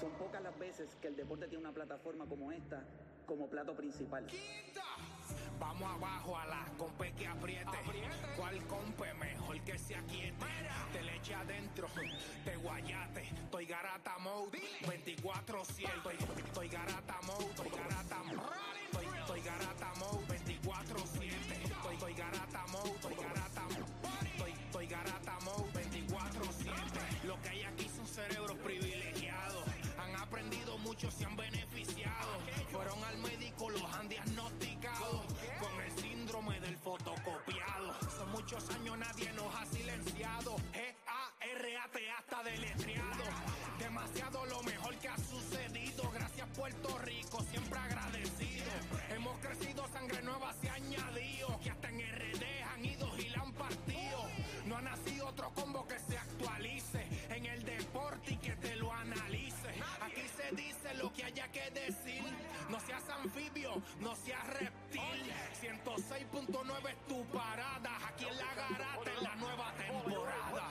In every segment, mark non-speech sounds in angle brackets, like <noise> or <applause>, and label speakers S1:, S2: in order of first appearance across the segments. S1: Son pocas las veces que el deporte tiene una plataforma como esta como plato principal.
S2: Vamos abajo a la compe que apriete. ¿Cuál compe mejor que se aquiete? Te le eche adentro, te guayate. Estoy garata mode, 24 7 Estoy, estoy garata mode, estoy garata mode. Estoy, estoy garata mode, 24 7 Estoy, estoy garata mode, estoy garata mode. Estoy, estoy garata mode, 24 7 Lo que hay aquí son cerebros privilegiados. Han aprendido mucho, se han beneficiado. Fueron al médico, los han diagnosticado con el síndrome del fotocopiado. Son muchos años, nadie nos ha silenciado. Eh, G-A-R-A-T hasta deletreado. Demasiado lo mejor que ha sucedido. Gracias, Puerto Rico, siempre agradecido. Hemos crecido, sangre nueva se ha añadido. Que hasta en RD han ido y la han partido. No ha nacido otro combo que se actualice en el deporte y que te lo analice. Aquí se dice lo que haya que decir. No seas anfibio, no seas reptil. 106.9 es tu parada. Aquí en la garata en la nueva temporada.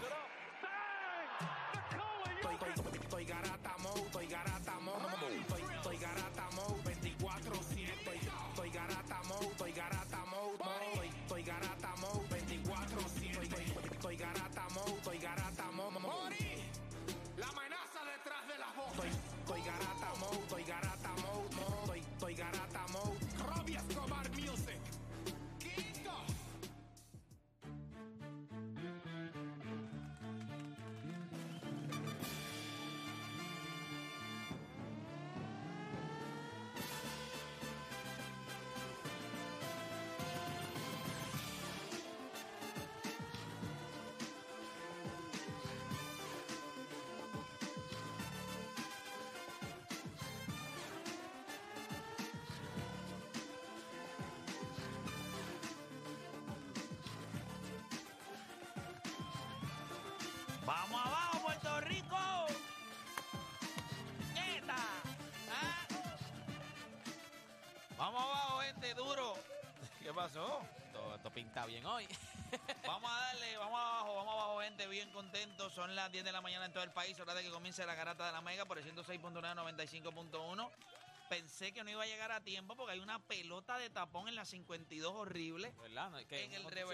S2: Estoy, estoy, estoy garata mode, estoy garata mode. Estoy, estoy garata mode 24 7 Estoy, estoy garata mode, estoy garata mode. mode. Estoy, estoy garata mode 24 7 Estoy, estoy garata mode, estoy garata mode. mode. La amenaza detrás de la voz. Estoy, estoy garata mode, estoy garata mode, mode. Estoy, estoy garata mode. Robbie Escobar Music. Quinto.
S3: Vamos abajo, Puerto Rico. ¡Quieta! ¿Ah? Vamos abajo, gente, duro. ¿Qué pasó?
S4: Esto, esto pinta bien hoy.
S3: Vamos a darle, vamos abajo, vamos abajo, gente, bien contentos. Son las 10 de la mañana en todo el país, hora de que comience la garata de la Mega por el 106.9, 95.1. Pensé que no iba a llegar a tiempo porque hay una pelota de tapón en la 52 horrible.
S4: ¿Verdad? No, es que
S3: en
S4: es
S3: el
S4: una construcción.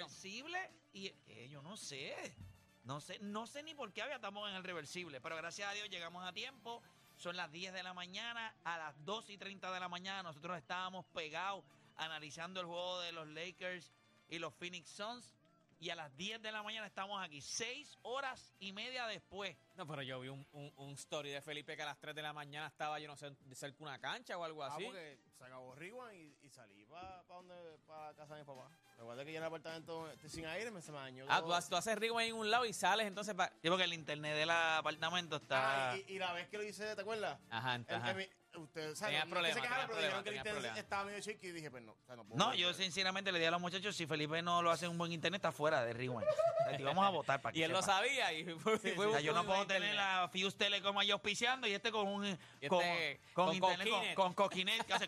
S3: reversible y que yo no sé. No sé, no sé ni por qué había tapón en el reversible, pero gracias a Dios llegamos a tiempo. Son las 10 de la mañana, a las 2 y 30 de la mañana nosotros estábamos pegados analizando el juego de los Lakers y los Phoenix Suns y a las 10 de la mañana estamos aquí, 6 horas y media después.
S4: No, pero yo vi un, un- un story de Felipe que a las 3 de la mañana estaba, yo no sé, de cerca de una cancha o algo
S5: Ah,
S4: así.
S5: porque se acabó Rewind y, y salí para donde, para casa de mi papá. Recuerda que yo en el apartamento estoy sin aire me se me dañó.
S4: Ah,
S5: todo.
S4: tú, haces- tú haces rewind en un lado y sales entonces para...
S3: Sí, porque el internet del apartamento está...
S5: Ah, y, y la vez que lo hice, ¿te acuerdas?
S4: Ajá,
S5: El-
S4: entonces...
S5: el- Usted, o sea,
S4: Tenía
S5: no es que
S4: problemas,
S5: se quejara,
S4: tenía
S5: pero dijeron que el
S4: problemas, tenía
S5: internet
S4: problemas.
S5: estaba medio chiqui y dije, pues no, o sea, no puedo
S3: No,
S5: volver.
S3: yo sinceramente le di a los muchachos, si Felipe no lo hace en un buen internet, está fuera de Rewind. O sea, te íbamos a votar para que
S4: Y él lo
S3: sepa.
S4: sabía y fue... fue-
S3: O sea, yo no
S4: fue-
S3: puedo tener a Fuse Telecom ahí auspiciando y este con un
S4: Y
S3: con,
S4: este
S3: con
S4: con
S3: internet con-
S4: coquinet.
S3: con, coquinet
S4: <laughs>
S3: que hace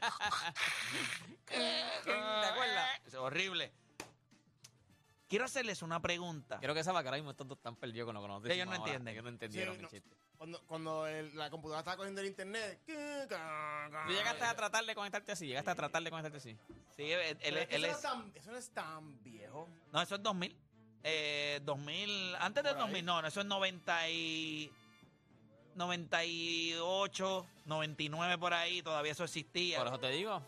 S4: ¿Te acuerdas?
S3: Es horrible. Quiero hacerles una pregunta.
S4: Quiero que sepa que ahora mismo estos dos están perdidos con lo que nosotros
S3: Ellos no
S4: hicimos ahora.
S3: entienden.
S4: Ellos no entendieron
S5: Sí,
S4: mi
S5: no.
S4: chiste.
S5: Cuando, cuando el- la computadora estaba cogiendo el internet. que- ca- ca-
S4: Tú llegaste a tratar de conectarte así, llegaste a tratar de conectarte así.
S3: Sí, él, él-
S5: Pero es que
S3: él
S5: eso,
S3: es-
S5: no es tan, eso no es tan viejo.
S3: No, eso es 2000. Eh, 2000, antes del
S5: Por ahí.
S3: 2000, no, no, eso es 90 y 98, 99 por ahí, todavía eso existía.
S4: Por eso te digo.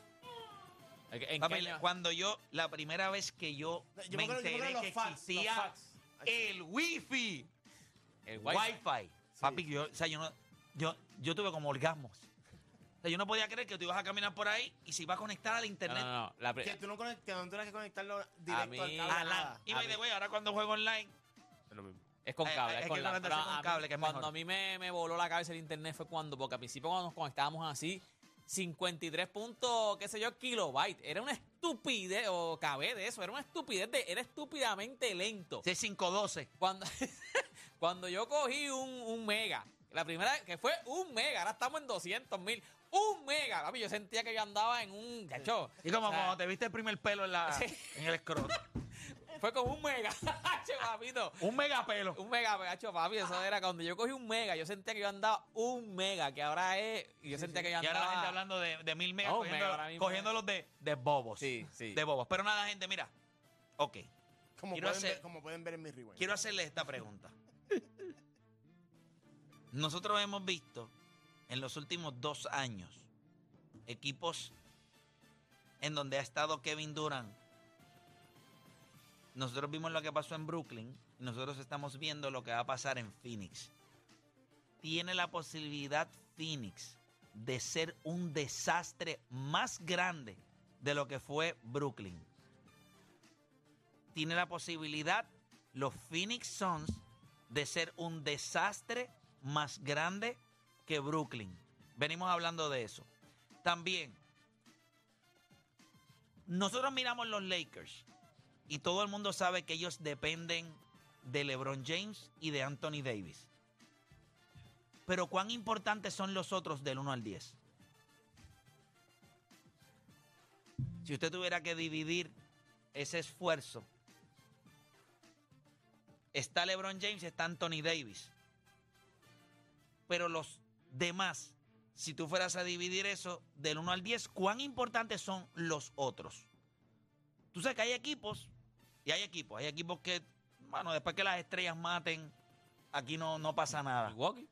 S4: ¿En qué- en
S3: Papi,
S4: qué año-
S3: cuando yo, la primera vez que yo,
S5: No, Yo
S3: me
S5: acuerdo- yo acuerdo
S3: enteré
S5: los
S3: que
S5: fax, los
S3: existía
S5: fax.
S3: el wifi,
S4: El
S3: wifi,
S4: wifi.
S5: Sí,
S3: Papi, yo, o sea, yo, no, yo, yo tuve como orgasmos. O sea, yo no podía creer que tú ibas a caminar por ahí y si ibas a conectar al
S4: No,
S3: internet.
S4: no, no. La pri-
S5: Que tú no conectas, que no tuvieras que conectarlo directo
S4: mí-
S5: al cable.
S4: no,
S3: a LAN.
S5: nada.
S3: y
S4: a
S3: by the
S4: mí-
S3: way, ahora cuando juego online,
S5: Es lo mismo.
S4: Es con
S3: Hay-
S4: cable,
S3: Eh, hay
S4: es
S3: que
S4: con la-
S3: conectarse
S4: pero
S3: con
S4: a mí-
S3: cable, que es
S4: Cuando
S3: mejor.
S4: a mí me, me voló la cabeza el internet fue cuando, porque al principio cuando nos conectábamos así, 53 puntos, qué sé yo, kilobytes. Era una estupidez, o cabé de eso, era una estupidez, de- era estúpidamente lento.
S3: de 512.
S4: Cuando, <laughs> cuando yo cogí un, un mega, la primera vez que fue un mega, ahora estamos en 200 mil, un mega, papi, yo sentía que yo andaba en un cacho.
S3: Y como
S4: O sea,
S3: cuando te viste el primer pelo en, la,
S4: <laughs> Sí.
S3: en el escroto.
S4: Fue con un mega, <laughs> che, papito.
S3: Un megapelo.
S4: Un mega, gacho, papi, eso era cuando yo cogí un mega, yo sentía que yo andaba un mega, que ahora es, y yo sentía que yo
S3: Y ahora
S4: andaba...
S3: la gente hablando de, de mil megas,
S4: Oh,
S3: cogiendo,
S4: mega, ahora mismo.
S3: cogiéndolos de, de bobos.
S4: Sí, sí.
S3: De bobos. Pero nada, gente, mira. Ok.
S5: Como
S3: Quiero
S5: pueden,
S3: hacer-
S5: ver, como pueden ver en mi rewind.
S3: Quiero hacerle esta pregunta. Nosotros hemos visto en los últimos dos años equipos en donde ha estado Kevin Durant. Nosotros vimos lo que pasó en Brooklyn y nosotros estamos viendo lo que va a pasar en Phoenix. ¿Tiene la posibilidad Phoenix de ser un desastre más grande de lo que fue Brooklyn? tiene la posibilidad los Phoenix Suns de ser un desastre más grande que Brooklyn. Venimos hablando de eso. También, nosotros miramos los Lakers y todo el mundo sabe que ellos dependen de LeBron James y de Anthony Davis. Pero ¿cuán importantes son los otros del 1 al 10? Si usted tuviera que dividir ese esfuerzo. Está LeBron James, está Anthony Davis. Pero los demás, si tú fueras a dividir eso del 1 al 10, ¿cuán importantes son los otros? Tú sabes que hay equipos, y hay equipos, hay equipos que, bueno, después que las estrellas maten, aquí no, no pasa nada.
S4: Milwaukee.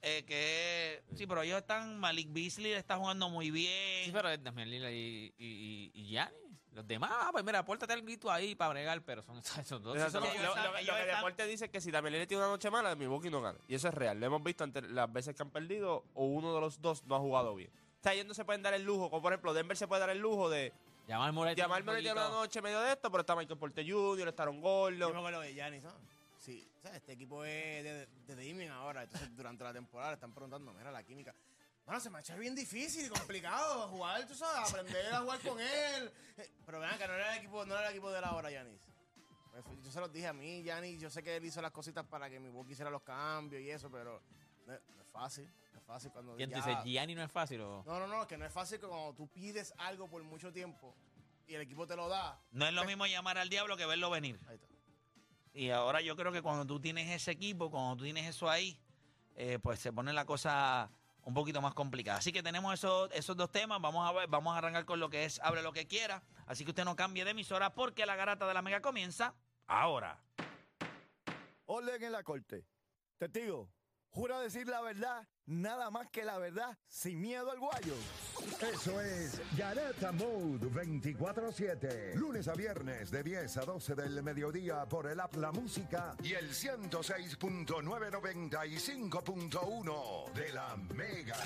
S3: Eh, que, sí, pero ellos están, Malik Beasley está jugando muy bien.
S4: Sí, pero es Damian Lillard y, y, y, y Giannis. Los demás, ah, pues mira, apórtate el grito ahí para bregar, pero son <laughs> esos dos.
S6: Eso
S4: sí
S6: es lo, lo-
S4: son
S3: que
S4: los-
S3: ellos
S6: lo-
S3: saben,
S6: lo que
S3: ellos
S6: el
S3: están-
S6: deporte dice es que si Damián Lillard tiene una noche mala, Milwaukee no gana. Y eso es real. Lo hemos visto ante las veces que han perdido o uno de los dos no ha jugado bien. O sea, ellos no se pueden dar el lujo, como por ejemplo Denver se puede dar el lujo de
S4: Jamal Murray tiene
S6: llamarme
S4: un
S6: Lillard una
S4: poquito-
S6: noche medio de esto, pero está Michael Porter Jr., estaron
S5: Yo me
S6: Gordon.
S5: acuerdo de Giannis, ¿sabes? Sí, o sea, este equipo es de, de, de Damian ahora, entonces durante la temporada le están preguntando, mira, la química. Bueno, se me ha hecho bien difícil y complicado jugar, tú sabes, aprender a jugar con él. Eh, Pero vean que no era el equipo, no era el equipo de la hora, Giannis. Pues, Yo se los dije a mí, Giannis, yo sé que él hizo las cositas para que mi boca hiciera los cambios y eso, pero no, es- no es fácil, no es fácil cuando
S4: ¿Quién tú
S5: ya-
S4: dices? Gianni no es fácil o...
S5: No, no, no, que no es fácil que cuando tú pides algo por mucho tiempo y el equipo te lo da.
S3: No es lo mismo llamar al diablo que verlo venir.
S5: Ahí está.
S3: Y ahora yo creo que cuando tú tienes ese equipo, cuando tú tienes eso ahí, eh, pues se pone la cosa un poquito más complicada. Así que tenemos esos, esos dos temas. Vamos a ver, vamos a arrancar con lo que es Hable lo que quiera. Así que usted no cambie de emisora porque la garata de la mega comienza ahora.
S7: Orden en la corte. Testigo, jura decir la verdad, nada más que la verdad, sin miedo al guayo.
S8: Eso es Garata Mode 24-7. Lunes a viernes de 10 a 12 del mediodía por el App La Música y el 106.995.1 de la Mega.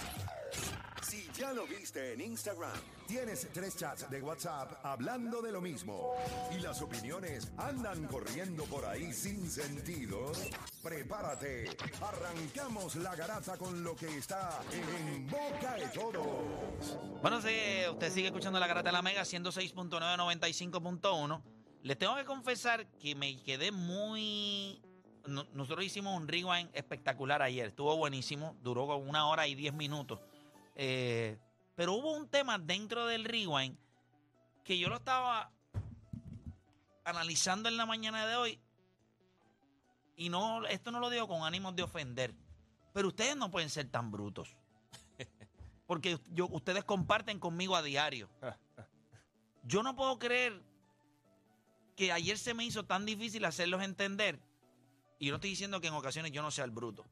S7: Si ya lo viste en Instagram,
S8: Tienes tres chats de WhatsApp hablando de lo mismo y las opiniones andan corriendo por ahí sin sentido. Prepárate, arrancamos la garata con lo que está en boca de todos.
S3: Bueno, sí, usted sigue escuchando la garata de la mega 106.995.1. Les tengo que confesar que me quedé muy... no- nosotros hicimos un rewind espectacular ayer. Estuvo buenísimo. Duró como una hora y diez minutos. Eh, pero hubo un tema dentro del rewind que yo lo estaba analizando en la mañana de hoy. Y no, esto no lo digo con ánimos de ofender. Pero ustedes no pueden ser tan brutos. <laughs> Porque yo- ustedes comparten conmigo a diario. Yo no puedo creer que ayer se me hizo tan difícil hacerlos entender. Y yo no estoy diciendo que en ocasiones yo no sea el bruto.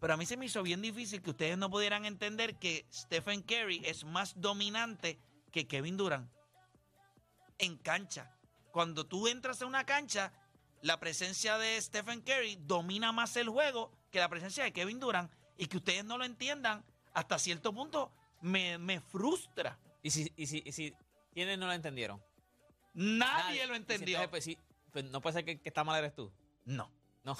S3: Pero a mí se me hizo bien difícil que ustedes no pudieran entender que Stephen Curry es más dominante que Kevin Durant en cancha. Cuando tú entras a una cancha, la presencia de Stephen Curry domina más el juego que la presencia de Kevin Durant. Y que ustedes no lo entiendan, hasta cierto punto me, me frustra.
S4: Y si, y si, y si quienes no lo entendieron.
S3: Nadie,
S4: Nadie.
S3: lo
S4: Y si
S3: entendió.
S4: entonces, pues, sí, pues, no puede ser que, que está mal eres tú.
S3: no. <laughs>
S4: No.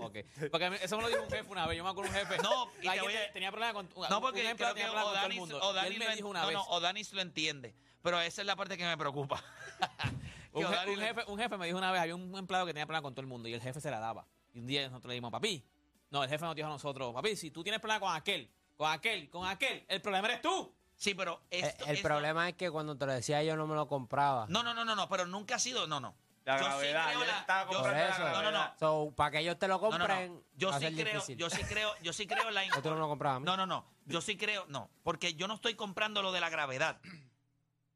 S4: ok. Porque a mí- eso me lo dijo un jefe una vez. Yo me acuerdo de un jefe.
S3: No, y te
S4: Alguien
S3: voy a-
S4: te- tenía problemas con
S3: No, porque
S4: un empleado
S3: creo
S4: tenía
S3: que
S4: problemas con todo el
S3: Odanis,
S4: mundo. y
S3: Odanis
S4: él
S3: lo
S4: me
S3: en-
S4: dijo una
S3: no,
S4: vez.
S3: no, Odanis lo entiende. Pero esa es la parte que me preocupa. <laughs> Que
S4: Un, je-
S3: Odanis
S4: un
S3: le-
S4: jefe, un jefe me dijo una vez, había un empleado que tenía problemas con todo el mundo y el jefe se la daba. Y un día nosotros le dijimos, papi, no, el jefe nos dijo a nosotros, papi, si tú tienes problemas con aquel, con aquel, con aquel, el problema eres tú. Eh,
S3: Sí, pero
S9: El,
S3: esto,
S9: el
S3: esto-
S9: problema es que cuando te lo decía yo no me lo compraba.
S3: No, no, no, no, no, pero nunca ha sido. No, no.
S6: La
S3: Yo sí
S6: gravedad,
S3: creo
S6: yo
S3: la-
S6: estaba
S3: yo-
S9: Por
S6: comprando la
S9: eso.
S3: No, no, no.
S6: gravedad.
S9: So, para que ellos te lo
S3: No, no,
S9: compren,
S3: no. Yo
S9: va a
S3: sí
S9: ser
S3: creo,
S9: difícil.
S3: yo sí
S9: <laughs>
S3: creo, yo sí creo la
S9: O tú no me lo comprabas. a mí.
S3: No, no, no. <laughs> Yo sí creo, no, porque yo no estoy comprando lo de la gravedad.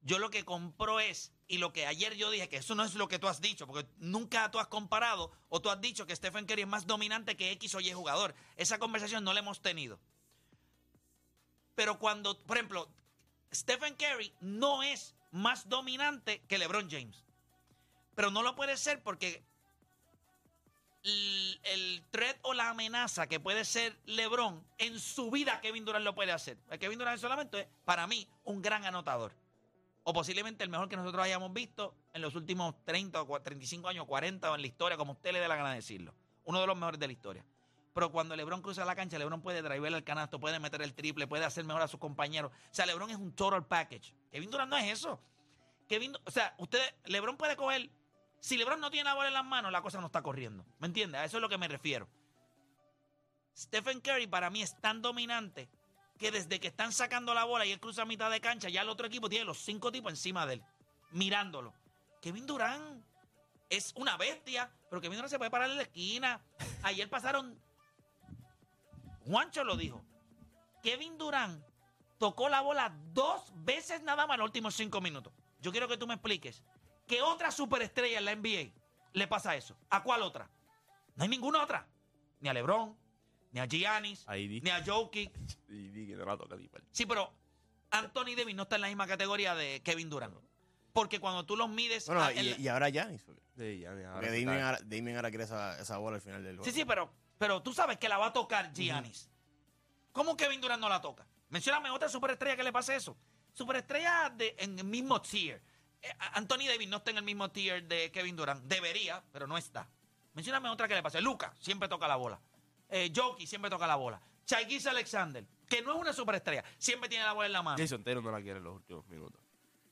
S3: Yo lo que compro es, y lo que ayer yo dije, que eso no es lo que tú has dicho, porque nunca tú has comparado o tú has dicho que Stephen Curry es más dominante que X o Y jugador. Esa conversación no la hemos tenido. Pero cuando, por ejemplo, Stephen Curry no es más dominante que LeBron James. Pero no lo puede ser porque el, el threat o la amenaza que puede ser LeBron en su vida Kevin Durant lo puede hacer. Pues Kevin Durant solamente es, para mí, un gran anotador. O posiblemente el mejor que nosotros hayamos visto en los últimos 30 o cua- 35 años, 40 o en la historia, como usted le dé la gana de decirlo. Uno de los mejores de la historia. Pero cuando LeBron cruza la cancha, LeBron puede driver al canasto, puede meter el triple, puede hacer mejor a sus compañeros. O sea, LeBron es un total package. Kevin Durant no es eso. Kevin, Du- o sea, ustedes, LeBron puede coger si LeBron no tiene la bola en las manos, la cosa no está corriendo. ¿Me entiendes? A eso es lo que me refiero. Stephen Curry para mí es tan dominante que desde que están sacando la bola y él cruza a mitad de cancha, ya el otro equipo tiene los cinco tipos encima de él, mirándolo. Kevin Durant es una bestia, pero Kevin Durant se puede parar en la esquina. Ayer pasaron. Juancho lo dijo. Kevin Durant tocó la bola dos veces nada más en los últimos cinco minutos. Yo quiero que tú me expliques. ¿Qué otra superestrella en la NBA le pasa eso? ¿A cuál otra? No hay ninguna otra. Ni a LeBron, ni a Giannis,
S6: Ahí di-
S3: ni a Jokic.
S6: Y di que no la toca ni pal.
S3: Sí, pero Anthony Davis no está en la misma categoría de Kevin Durant. Porque cuando tú los mides...
S5: Bueno,
S3: ah, en
S5: y,
S3: la-
S5: y ahora Giannis. porque-
S6: Sí, ya, ya, ahora
S5: Porque
S6: sí
S5: Damien
S6: está.
S5: ahora, Damien ahora quiere esa, esa bola al final del juego.
S3: Sí, sí, pero, pero tú sabes que la va a tocar Giannis. ¿Cómo Kevin Durant no la toca? Mencióname otra superestrella que le pase eso. Superestrella de, en el mismo tier. Eh, a- Anthony Davis no está en el mismo tier de Kevin Durant. Debería, pero no está. Mencióname otra que le pase. Luca siempre toca la bola. Eh, Jokic siempre toca la bola. Chaguis Alexander, que no es una superestrella, siempre tiene la bola en la mano.
S6: Jason Taylor no la quiere en los últimos minutos.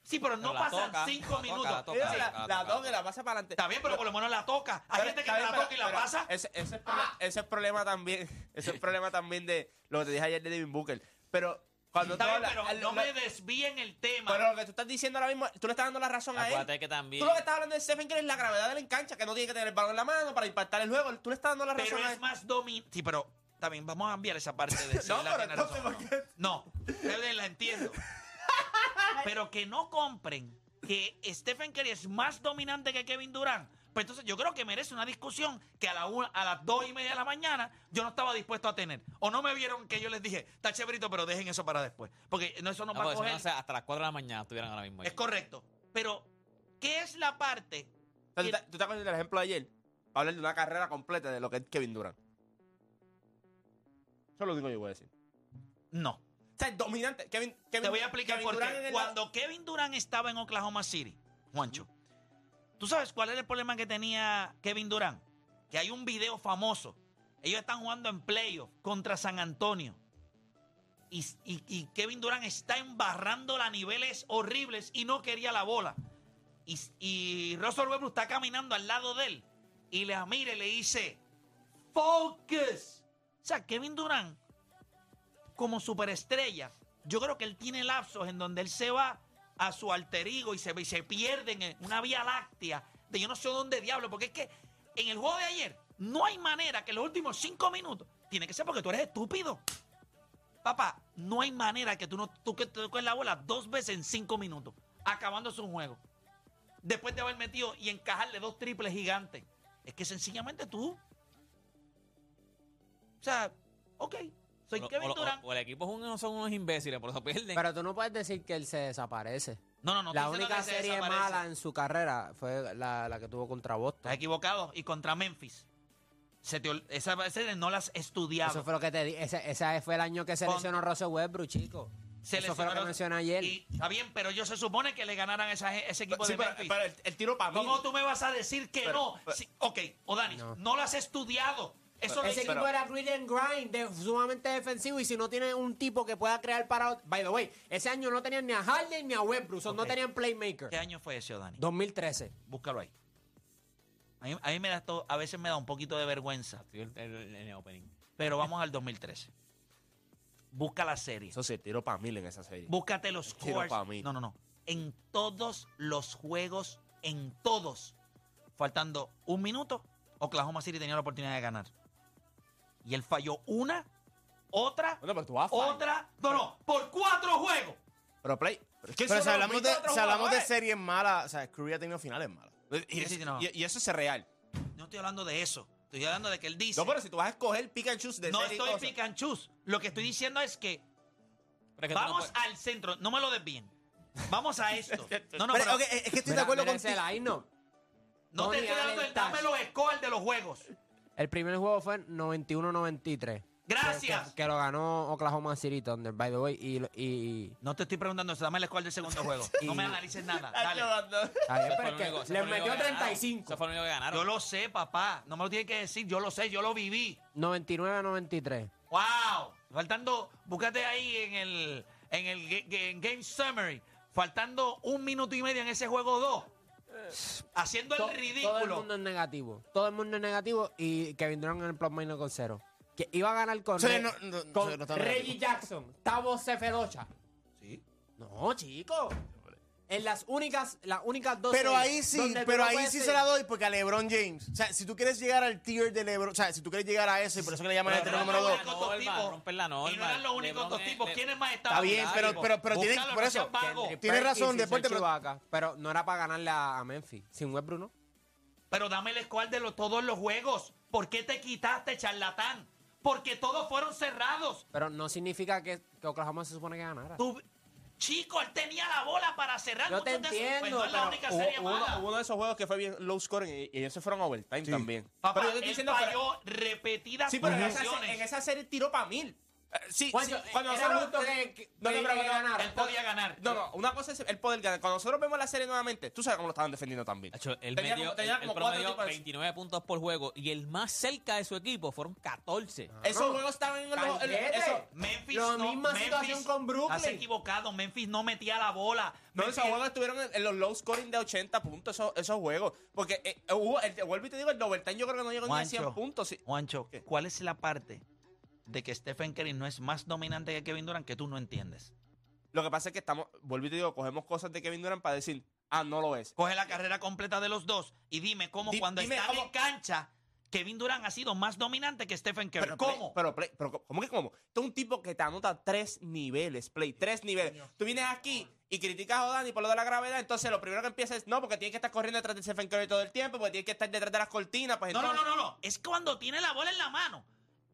S3: Sí, pero no
S4: Pero la
S3: pasan
S4: toca,
S3: cinco
S4: la toca,
S3: minutos.
S4: la toca,
S3: Sí,
S4: la toca, la toca.
S5: pasa para adelante.
S3: Está bien, pero por lo menos la toca. Hay gente que
S6: Está bien,
S3: la
S6: pero-
S3: toca y la
S6: pero
S3: pasa.
S6: Ese, ese es problema- ese es problema también. Ese es el problema también de lo que te dije ayer de Devin Booker. Pero cuando
S3: Está
S6: tú
S3: bien,
S6: hablas-
S3: pero
S6: al-
S3: no
S6: lo-
S3: me desvíen el tema.
S6: pero lo que tú estás diciendo ahora mismo, tú le estás dando la razón a él.
S4: Acuérdate que también.
S6: Tú lo que estás hablando de Stephen Curry es la gravedad de la cancha, que no tiene que tener el balón en la mano para impactar el juego. Tú le estás dando la
S3: Pero
S6: razón a
S3: es
S6: él.
S3: más dominante. Sí, pero también vamos a enviar esa parte de
S6: <laughs>
S3: si
S6: No,
S3: él la
S6: pero
S3: tiene razón
S6: entonces,
S3: o
S6: ¿por qué?
S3: No, No, ustedes
S6: <laughs>
S3: la entiendo. Pero que no compren que Stephen Curry es más dominante que Kevin Durant. Pues entonces yo creo que merece una discusión que a, la una- a las dos y media de la mañana yo no estaba dispuesto a tener. O no me vieron que yo les dije, está chéverito, pero dejen eso para después. Porque no, eso no,
S4: No,
S3: va a
S4: porque si Ah, pues no, pues.
S3: coger.
S4: o sea, hasta las 4 de la mañana estuvieran ahora mismo. ahí.
S3: es correcto. Pero, ¿qué es la parte?
S6: O sea, ¿Tú, te- tú te acuerdas del ejemplo de ayer? Para hablar de una carrera completa de lo que es Kevin Durant. Eso es lo único que yo voy a decir.
S3: No.
S6: O sea, dominante. Kevin, Kevin,
S3: Te voy a explicar
S6: Kevin
S3: por
S6: Durant en
S3: qué.
S6: el-
S3: Cuando Kevin Durant estaba en Oklahoma City, Juancho, ¿tú sabes cuál era el problema que tenía Kevin Durant? Que hay un video famoso. Ellos están jugando en playoff contra San Antonio. Y, y- y Kevin Durant está embarrándola a niveles horribles y no quería la bola. Y, y Russell Westbrook está caminando al lado de él. Y le mire, le dice, focus. O sea, Kevin Durant como superestrella, yo creo que él tiene lapsos en donde él se va a su alter ego y se, y se pierde en una vía láctea de yo no sé dónde diablo, porque es que en el juego de ayer no hay manera que en los últimos cinco minutos, tiene que ser porque tú eres estúpido. Papá, no hay manera que tú no tú que te toques la bola dos veces en cinco minutos, acabando su juego. Después de haber metido y encajarle dos triples gigantes. Es que sencillamente tú. O sea, ok, Soy
S4: O-
S3: Kevin
S4: o- o-
S3: Durant.
S4: O, el equipo es un- son unos imbéciles, por eso pierden.
S9: Pero tú no puedes decir que él se desaparece.
S3: no, no, no.
S9: la
S3: estoy diciendo
S9: única
S3: que se
S9: serie
S3: desaparece.
S9: mala en su carrera fue la, la que tuvo contra Boston.
S3: Estás equivocado. Y contra Memphis. Se te ol- esas series no las estudiaba.
S9: Eso fue lo que te dije. Ese, ese fue el año que se
S3: Con-
S9: lesionó Russell Westbrook, chico.
S3: Se
S9: eso fue lo que
S3: lesionaron-
S9: mencioné ayer.
S3: Y, está bien, pero yo se supone que le ganaran esa ge- ese equipo
S6: Sí,
S3: de
S6: pero,
S3: Memphis.
S6: pero el, el tiro para mí.
S3: ¿Cómo tú me vas a decir que
S6: Pero-
S3: no?
S6: pero-
S3: Sí, ok, Odanis,
S9: No.
S3: no. lo has estudiado. Eso le
S9: Ese
S3: hice-
S9: equipo era grid and grind, de- sumamente defensivo. Y si no tiene un tipo que pueda crear para. By the way, ese año no tenían ni a Harden ni a Westbrook. so No
S3: Ok.
S9: tenían playmaker.
S3: ¿Qué año fue ese, Odanis?
S9: 2013.
S3: Búscalo ahí. A mí, a mí me da esto, a veces me da un poquito de vergüenza,
S4: Sí, el- el- en el opening.
S3: pero vamos al 2013. Busca la serie.
S6: Eso sí, tiro para mil en esa serie.
S3: Búscate los
S6: Tiro
S3: scores.
S6: pa' mí.
S3: No, no, no. En todos los juegos, en todos, faltando un minuto, Oklahoma City tenía la oportunidad de ganar. Y él falló una, otra,
S6: Bueno, pero tú vas a fallar.
S3: otra, no, no, por cuatro juegos.
S6: Pero Play. Pero, es que
S5: Pero
S6: eso
S5: si
S6: no
S5: hablamos, de,
S6: invita a otro
S5: si hablamos de
S6: jugador.
S5: series malas, o sea, Curry ha tenido finales malas.
S6: Y,
S3: Sí, sí,
S6: eso-
S3: no.
S6: y- y eso es real.
S3: No estoy hablando de eso. Estoy hablando de que él dice.
S6: No, pero si tú vas a escoger pick and choose de
S3: no
S6: serie y
S3: estoy
S6: cosas.
S3: picanchus. Lo que estoy diciendo es que
S4: Pero es que tú no
S3: vamos
S4: puedes-
S3: al centro. No me lo desvíen. Vamos
S4: <laughs>
S3: a esto. No, no,
S5: Pero,
S3: pero
S5: ok, es es que estoy de
S9: Mira,
S5: acuerdo
S9: mira
S5: con
S9: ese line-up.
S3: no te
S9: Tony
S3: estoy hablando del
S9: Allen
S3: dame
S9: Touch.
S3: los scores de los juegos.
S9: El primer juego fue 91-93.
S3: Gracias.
S9: Que, que lo ganó Oklahoma City Thunder, by the way. Y, lo- y-
S3: No te estoy preguntando eso. Dame el score del
S9: <laughs>
S3: segundo juego. No me analices nada. Dale.
S9: a ver,
S4: Eso fue
S9: pero
S4: lo
S9: es que
S4: único- eso fue
S9: les
S4: lo único
S9: metió
S4: que ganaron.
S9: 35.
S4: Eso fue lo único que ganaron.
S3: Yo lo sé, papá. No me lo tienes que decir. Yo lo sé. Yo lo viví.
S9: 99-93.
S3: ¡Wow! Faltando, búscate ahí en el, en el ga- ga- en Game Summary. Faltando un minuto y medio en ese juego
S6: Eh.
S3: 2. Haciendo
S9: To-
S3: el
S9: Todo el
S3: ridículo.
S9: mundo es negativo. Todo el mundo es negativo y Kevin Durant en el plus minus con cero. Que iba a ganar con,
S5: Sí,
S9: Re-
S5: no- no-
S9: con
S5: sí, no está
S9: Reggie
S5: negativo.
S9: Jackson, Tavo Cefelocha.
S6: Sí.
S9: No, chico. En las únicas, las únicas dos.
S5: Pero
S9: series
S5: ahí sí,
S9: donde tú
S5: pero
S9: no
S5: ahí
S9: puedes
S5: sí
S9: ser-
S5: se la doy porque a LeBron James. O sea, si tú quieres llegar al tier de LeBron, o sea, si tú quieres llegar a ese, por eso que le llaman el
S4: Pero
S5: tier
S4: no,
S5: número
S4: no,
S5: 2.
S4: no, norma, rompen la norma.
S3: Y no eran los únicos
S4: LeBron
S3: dos
S4: es-
S3: tipos.
S4: Le-
S3: ¿Quiénes más estaban?
S5: Está bien,
S3: Buscar,
S5: pero,
S3: tipo,
S5: pero, pero tienen,
S3: búscalo,
S5: por
S3: no
S5: eso.
S3: seas vago.
S9: Kendrick
S5: Tienes
S9: Perkins
S5: razón,
S9: y
S5: después te-
S9: Serge Ibaka, pero no era para ganarle a a Memphis. Sin web, Bruno.
S3: Pero dame el score de los- todos los juegos. ¿Por qué te quitaste, charlatán? Porque todos fueron cerrados.
S9: Pero no significa que, que Oklahoma se supone que ganara.
S3: Tú- chico, él tenía la bola para cerrar.
S9: Yo te
S3: Muchos de esos- pues
S9: entiendo,
S3: no es la
S9: pero
S3: única
S6: Hubo,
S3: serie
S6: hubo
S3: mala.
S6: uno, hubo uno de esos juegos que fue bien low scoring y, y ellos se fueron a overtime también.
S3: Papá,
S6: pero yo te
S3: él
S6: estoy diciendo. pero-
S3: falló repetidas
S6: Sí, pero en esa-
S3: ocasiones.
S9: serie tiró para mil.
S6: eh, sí,
S9: Juancho,
S6: sí, cuando
S9: era
S6: nosotros-
S9: justo
S6: eh,
S9: que- que-
S6: No, no,
S9: que
S6: pero
S9: que
S6: cuando-
S9: ganara.
S3: Él podía ganar.
S6: No, no, una cosa es el poder ganar. Cuando nosotros vemos la serie nuevamente, tú sabes cómo lo estaban defendiendo también.
S4: Hacho, él
S6: Tenía
S4: metió-
S6: como- tenía
S4: él- él
S6: como cuatro
S4: promedió
S6: tipos de-
S4: 29 puntos por juego y el más cerca de su equipo fueron 14.
S5: Ah.
S6: Esos juegos estaban en los. en-
S9: Calguete.
S6: eso-
S3: Memphis
S9: La
S3: no,
S9: misma
S3: Memphis,
S9: situación con Brooklyn.
S3: Has equivocado. Memphis no metía la bola.
S6: No,
S3: Memphis-
S6: esos juegos estuvieron en, en los low scoring de 80 puntos, esos, esos juegos. Porque eh, hubo, el, vuelvo y te digo, el overtime yo creo que no llegó ni a 100
S3: Juancho,
S6: puntos. sí.
S3: Juancho,
S6: ¿Qué?
S3: ¿cuál es la parte de que Stephen Curry no es más dominante que Kevin Durant que tú no entiendes?
S6: Lo que pasa es que estamos, vuelvo y te digo, cogemos cosas de Kevin Durant para decir, ah, no lo es.
S3: Coge la carrera completa de los dos y dime cómo
S6: Di-
S3: cuando
S6: dime
S3: están
S6: cómo-
S3: en cancha, Kevin Durant ha sido más dominante que Stephen Curry.
S6: Pero,
S3: ¿Cómo?
S6: Play, pero, Play, pero, ¿cómo que cómo? Tú un tipo que te anota tres niveles, Play, tres niveles. Tú vienes aquí y criticas a Dani por lo de la gravedad, entonces lo primero que empiezas es, no, porque tienes que estar corriendo detrás de Stephen Curry todo el tiempo, porque tienes que estar detrás de las cortinas, pues
S3: no, no,
S6: entonces...
S3: no, no, no. Es cuando tiene la bola en la mano.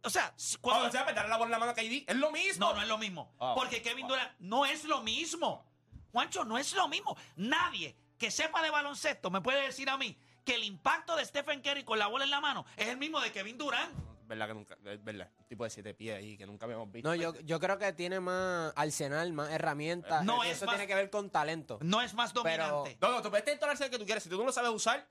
S3: O sea, si- cuando...
S6: Ah, O sea, darle la bola en la mano a KD, es lo mismo.
S3: No, no es lo mismo.
S6: Ah,
S3: Porque
S6: bueno,
S3: Kevin
S6: bueno.
S3: Durant no es lo mismo. Juancho, no es lo mismo. Nadie que sepa de baloncesto me puede decir a mí que el impacto de Stephen Curry con la bola en la mano es el mismo de Kevin Durant.
S6: Verdad que nunca, es verdad, un tipo de siete pies ahí que nunca habíamos visto.
S9: No, yo, yo creo que tiene más arsenal, más herramientas.
S3: No
S9: y
S3: es
S9: eso
S3: más-
S9: tiene que ver con talento.
S3: No es más dominante.
S6: No, no, tú puedes tener todo el arsenal que tú quieras. Si tú no lo sabes usar,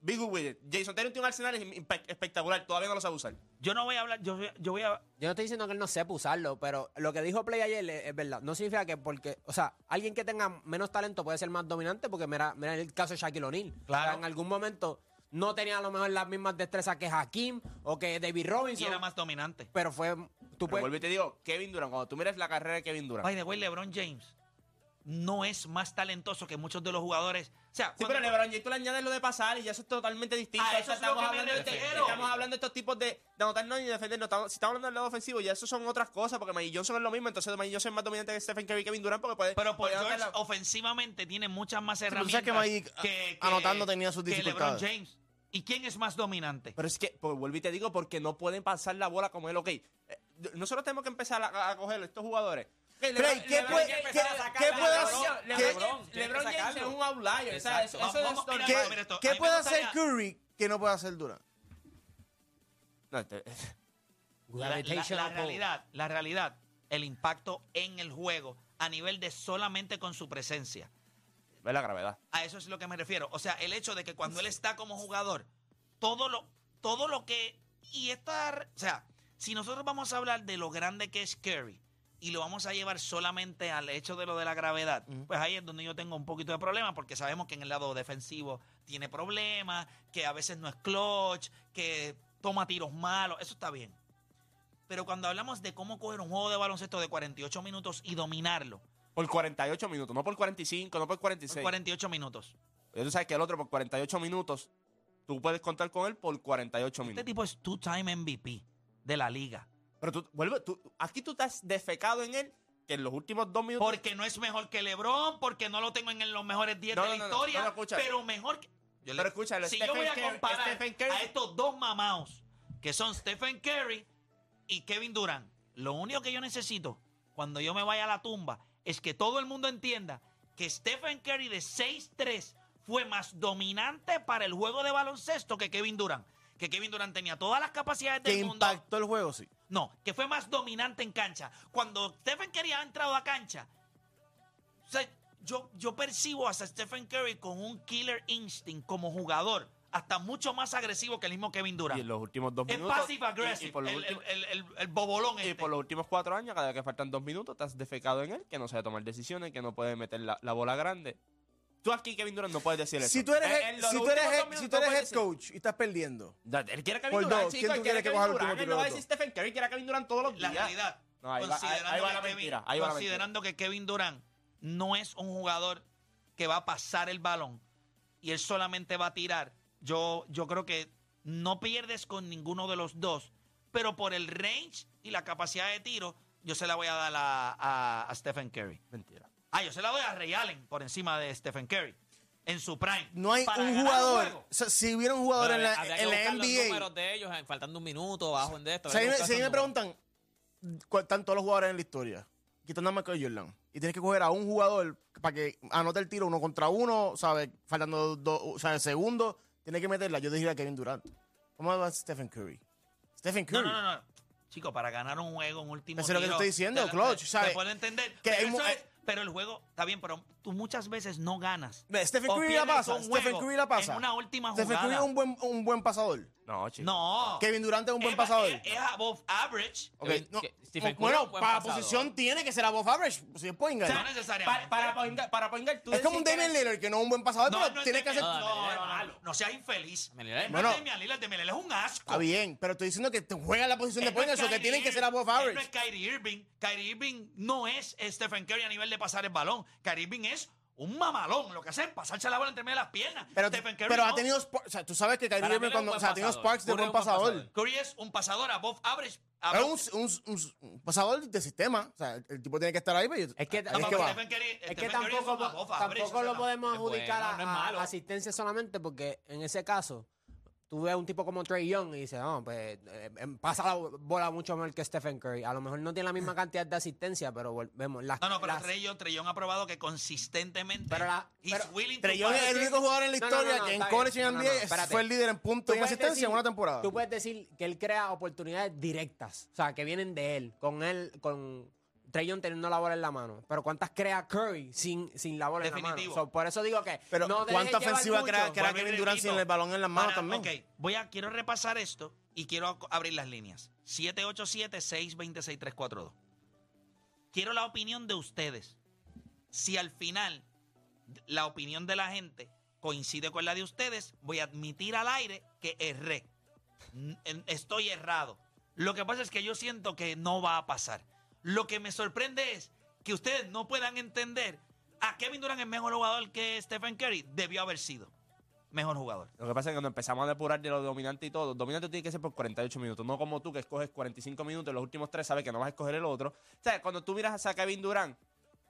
S6: big with it. Jason Taylor tiene un arsenal impe- espectacular, todavía no lo sabe usar.
S3: Yo no voy a hablar, yo, yo voy a...
S9: Yo no estoy diciendo que él no sepa usarlo, pero lo que dijo Play ayer es, es verdad. No significa que porque, o sea, alguien que tenga menos talento puede ser más dominante, porque mira, mira el caso de Shaquille O'Neal.
S3: Claro.
S9: O sea, en algún momento no tenía a lo mejor las mismas destrezas que Hakim o que David
S3: Y
S9: Robinson,
S3: era más dominante.
S9: pero fue... Tú
S6: Pero
S9: puedes,
S6: vuelvo y te digo, Kevin Durant, cuando tú miras la carrera de Kevin Durant.
S3: By the way, LeBron James no es más talentoso que muchos de los jugadores. O sea,
S6: Sí,
S3: cuando-
S6: pero LeBron James tú le añades lo de pasar y ya eso es totalmente distinto.
S3: Ah,
S6: O sea,
S3: eso es lo
S6: estamos,
S3: que me
S6: hablando de,
S3: refiero.
S6: estamos hablando de estos tipos de, de anotarnos y defendernos. Estamos- si estamos hablando del lado ofensivo, ya eso son otras cosas, porque Magic Johnson es lo mismo. Entonces Magic Johnson es más dominante que Stephen Curry y Kevin Durant porque puede...
S3: Pero por
S6: puede anotar
S3: George,
S6: la-
S3: ofensivamente, tiene muchas más
S5: pero tú
S3: herramientas
S5: Pues, sabes que Magic, a- anotando tenía sus
S3: que
S5: dificultades.
S3: LeBron James. ¿Y quién es más dominante?
S6: Pero es que, pues, vuelvo y te digo, porque no pueden pasar la bola como él, ok. Eh, nosotros tenemos que empezar a, a coger estos jugadores. Ok, Lebron-
S5: Play, ¿qué
S6: Lebron
S5: puede-
S6: James-
S5: qué-
S6: ¿Qué puedo
S4: Lebron,
S6: hacer?
S4: Lebron,
S6: LeBron-
S4: tiene que
S6: LeBron James es
S4: sacarlo.
S6: un outlier. o sea, eso-
S3: Exacto.
S6: eso es
S3: Vamos-
S6: story
S3: mira,
S5: ¿Qué,
S3: mira esto,
S5: qué
S3: a mí me
S5: puede
S3: gustaría-
S5: hacer Curry que no puede hacer Durant?
S6: No, este-
S3: La, la- la realidad, la realidad, el impacto en el juego a nivel de solamente con su presencia.
S6: Ve la gravedad.
S3: A eso es lo que me refiero. O sea, el hecho de que cuando él está como jugador, todo lo, todo lo que. Y estar. O sea, si nosotros vamos a hablar de lo grande que es Curry y lo vamos a llevar solamente al hecho de lo de la gravedad, pues ahí es donde yo tengo un poquito de problema, porque sabemos que en el lado defensivo tiene problemas, que a veces no es clutch, que toma tiros malos. Eso está bien. Pero cuando hablamos de cómo coger un juego de baloncesto de 48 minutos y dominarlo
S6: Por 48 minutos, no por 45, no por
S3: por
S6: 46.
S3: 48 minutos,
S6: Tú sabes que el otro por 48 minutos, tú puedes contar con él por 48
S3: Este
S6: minutos.
S3: tipo es two-time MVP de la liga.
S6: Pero tú, vuelve, tú, aquí tú estás defecado en él que en los últimos dos minutos.
S3: Porque no es mejor que LeBron, porque no lo tengo en los mejores 10
S6: No,
S3: de
S6: no,
S3: la
S6: no, no,
S3: historia,
S6: no lo escucha.
S3: pero mejor que... Yo
S6: Pero escúchalo,
S3: si yo
S6: Stephen
S3: voy a
S6: Curry-
S3: comparar
S6: Stephen Curry-
S3: a estos dos mamados, que son Stephen Curry y Kevin Durant, lo único que yo necesito cuando yo me vaya a la tumba es que todo el mundo entienda que Stephen Curry de 6-3 fue más dominante para el juego de baloncesto que Kevin Durant. Que Kevin Durant tenía todas las capacidades
S5: Que
S3: del mundo.
S5: impactó el juego, sí.
S3: No, que fue más dominante en cancha. Cuando Stephen Curry ha entrado a cancha, o sea, yo, yo percibo a Stephen Curry con un killer instinct como jugador, hasta mucho más agresivo que el mismo Kevin
S6: y
S3: Durant.
S6: en los últimos dos
S3: Es
S6: minutos.
S3: passive aggressive,
S6: y, y por los
S3: el,
S6: últimos,
S3: el- el- el bobolón
S6: y
S3: este.
S6: por los últimos cuatro años, cada vez que faltan dos minutos, estás defecado en él, que no sabe tomar decisiones, que no puede meter la, la bola grande. Tú aquí, Kevin Durant, no puedes decir eso.
S5: Si tú eres,
S6: En- en
S5: head-
S6: los
S5: si tú
S6: últimos
S5: eres,
S6: dos
S5: head-
S6: minutos
S5: si tú
S6: no
S5: eres
S6: puedes
S5: head
S6: decir-
S5: coach y estás perdiendo,
S6: Da- Él quiere a Kevin
S5: Por
S6: Durant,
S5: dos,
S6: chico,
S5: ¿quién
S6: él
S5: tú
S6: quiere
S5: quieres que
S6: Kevin
S5: coja el
S6: Durant,
S5: último
S6: él no va a
S5: piloto?
S6: decir Stephen Curry, quiere a Kevin Durant todos los
S3: la
S6: días.
S3: realidad.
S6: No, ahí va-
S3: considerando
S6: ahí va la
S3: que Kevin-
S6: mentira, ahí va la
S3: considerando que Kevin Durant no es un jugador que va a pasar el balón y él solamente va a tirar, yo, yo creo que no pierdes con ninguno de los dos, pero por el range y la capacidad de tiro, yo se la voy a dar a, a- a Stephen Curry.
S6: Mentira.
S3: Ah, yo se la doy a Ray Allen por encima de Stephen Curry en su prime.
S5: no hay
S3: Para
S5: un
S3: ganar el
S5: jugador.
S3: juego.
S5: o sea, si hubiera un jugador en la,
S4: Habría que
S5: en la
S4: buscar Los
S5: NBA.
S4: números de ellos, eh, faltando un minuto, bajo en de esto.
S5: Si a mí
S4: habría
S5: me,
S4: que buscar
S5: si a mí me
S4: esos números.
S5: preguntan cuáles están todos los jugadores en la historia, quitando a Michael Jordan, y tienes que coger a un jugador para que anote el tiro uno contra uno, ¿sabes? Faltando dos o sea, segundos, tienes que meterla. Yo diría Kevin Durant. ¿Cómo va Stephen Curry? Stephen
S3: No,
S5: Curry.
S3: no, no, no. Chico, para ganar un juego, un último
S5: Eso es lo que te
S3: tiro,
S5: estoy diciendo,
S3: te- te-
S5: clutch,
S3: te
S5: ¿sabes?
S3: puedo entender.
S5: Que
S3: pero,
S5: hay mu-
S3: eso es-
S5: hay-
S3: pero el juego, está bien, pero tú muchas veces no ganas.
S5: Ve, Stephen
S3: O
S5: Curry la
S3: pierdes
S5: pasa,
S3: un
S5: Stephen
S3: juego
S5: Curry la pasa.
S3: En una última
S5: Stephen Curry
S3: jugada.
S5: es un buen, un buen pasador.
S6: No, chico.
S3: No.
S5: Kevin Durant es un buen
S3: Es-
S5: pasador.
S3: Es, es above average.
S5: Ok,
S4: Kevin-
S5: no,
S4: que- Stephen Curry es
S5: eh, bueno,
S4: un buen
S5: para la
S4: pasador.
S5: posición tiene que ser a Bob Average, si es point guard.
S3: O sea, no
S6: Para,
S3: necesariamente.
S6: para, point guard- para point guard, tú
S5: es como un
S6: decir que
S5: Damian
S6: eres-
S5: Lillard que no es un buen pasador,
S3: no,
S5: pero
S3: no es
S5: tiene que
S3: Damian-
S5: hacer...
S4: No,
S3: No,
S4: Damian
S3: no,
S4: Lillard es
S3: no, no seas infeliz.
S4: Damian Lillard es
S3: No es
S5: malo.
S3: Damian Lillard, Damian Lillard es un asco.
S5: Está bien, pero estoy diciendo que te juega la posición de
S3: Él Eh, no
S5: point guard,
S3: es
S5: eso que
S3: Kyrie
S5: tienen que ser a Bob
S3: Irving, él
S5: Average.
S3: no es Kyrie Irving. Kyrie Irving no es Stephen Curry a nivel de pasar el balón. Kyrie Irving es un mamalón. Lo que hace es pasarse la bola entre medio de las piernas.
S5: Pero,
S3: Stephen Curry
S5: pero ha
S3: no.
S5: tenido. spa- O sea, tú sabes que Kyrie
S4: Para mí
S5: Irving
S4: era
S5: cuando.
S4: un
S5: O sea, ha
S4: buen
S5: tenido
S4: pasador.
S5: Sparks de
S4: Curry
S5: buen
S4: era un buen
S5: pasador.
S4: pasador.
S3: Curry es un pasador above average.
S5: Era un, un- un- un pasador de sistema. O sea, el, el tipo tiene que estar ahí. Pero
S9: Es que-
S5: ahí
S9: no,
S5: es
S9: papá,
S5: que va.
S3: Stephen Curry-
S9: Es que
S3: Stephen Curry es
S9: tampoco,
S3: una bofa, average,
S9: tampoco
S3: o sea,
S9: lo podemos
S4: es bueno,
S9: adjudicar a-
S4: no es
S9: a-
S4: malo.
S9: asistencia solamente porque en ese caso tú ves a un tipo como Trey Young y dices, no, pues eh, eh, pasa la bola mucho mejor que Stephen Curry. A lo mejor no tiene la misma cantidad de asistencia, pero vol- vemos las...
S3: No, no, pero
S9: las-
S3: Trey Young- Trey Young ha probado que consistentemente
S9: Pero la-
S3: he's
S9: pero-
S3: willing to
S5: Trey Young es el
S3: pass.
S5: único jugador en la
S9: No, no, no,
S5: historia
S9: no,
S5: que en
S9: está
S5: college y en
S9: bien. No, no,
S5: NBA
S9: no, espérate.
S5: fue el líder en puntos y en
S9: puedes
S5: asistencia
S9: decir-
S5: en una temporada.
S9: Tú puedes decir que él crea oportunidades directas, o sea, que vienen de él, con él, con Trey Young teniendo la bola en la mano. Pero ¿cuántas crea Curry sin, sin la bola en la
S3: Definitivo.
S9: mano? So, por eso digo que
S5: Pero
S9: no te dejes
S5: ¿cuánta
S9: llevar
S5: ofensiva
S9: mucho.
S5: crea- crea
S3: Vuelvo y
S5: Kevin Durant
S3: repito,
S5: sin el balón en las manos
S3: para-
S5: también?
S3: Ok, voy a, quiero repasar esto y quiero ac- abrir las líneas. 787-626-342. Quiero la opinión de ustedes. Si al final la opinión de la gente coincide con la de ustedes, voy a admitir al aire que erré. N- en- Estoy errado. Lo que pasa es que yo siento que no va a pasar. Lo que me sorprende es que ustedes no puedan entender a Kevin Durant es mejor jugador que Stephen Curry. Debió haber sido mejor jugador.
S6: Lo que pasa es que cuando empezamos a depurar de lo dominante y todo, dominante tiene que ser por 48 minutos, no como tú que escoges 45 minutos, los últimos tres sabes que no vas a escoger el otro. O sea, cuando tú miras a Kevin Durant,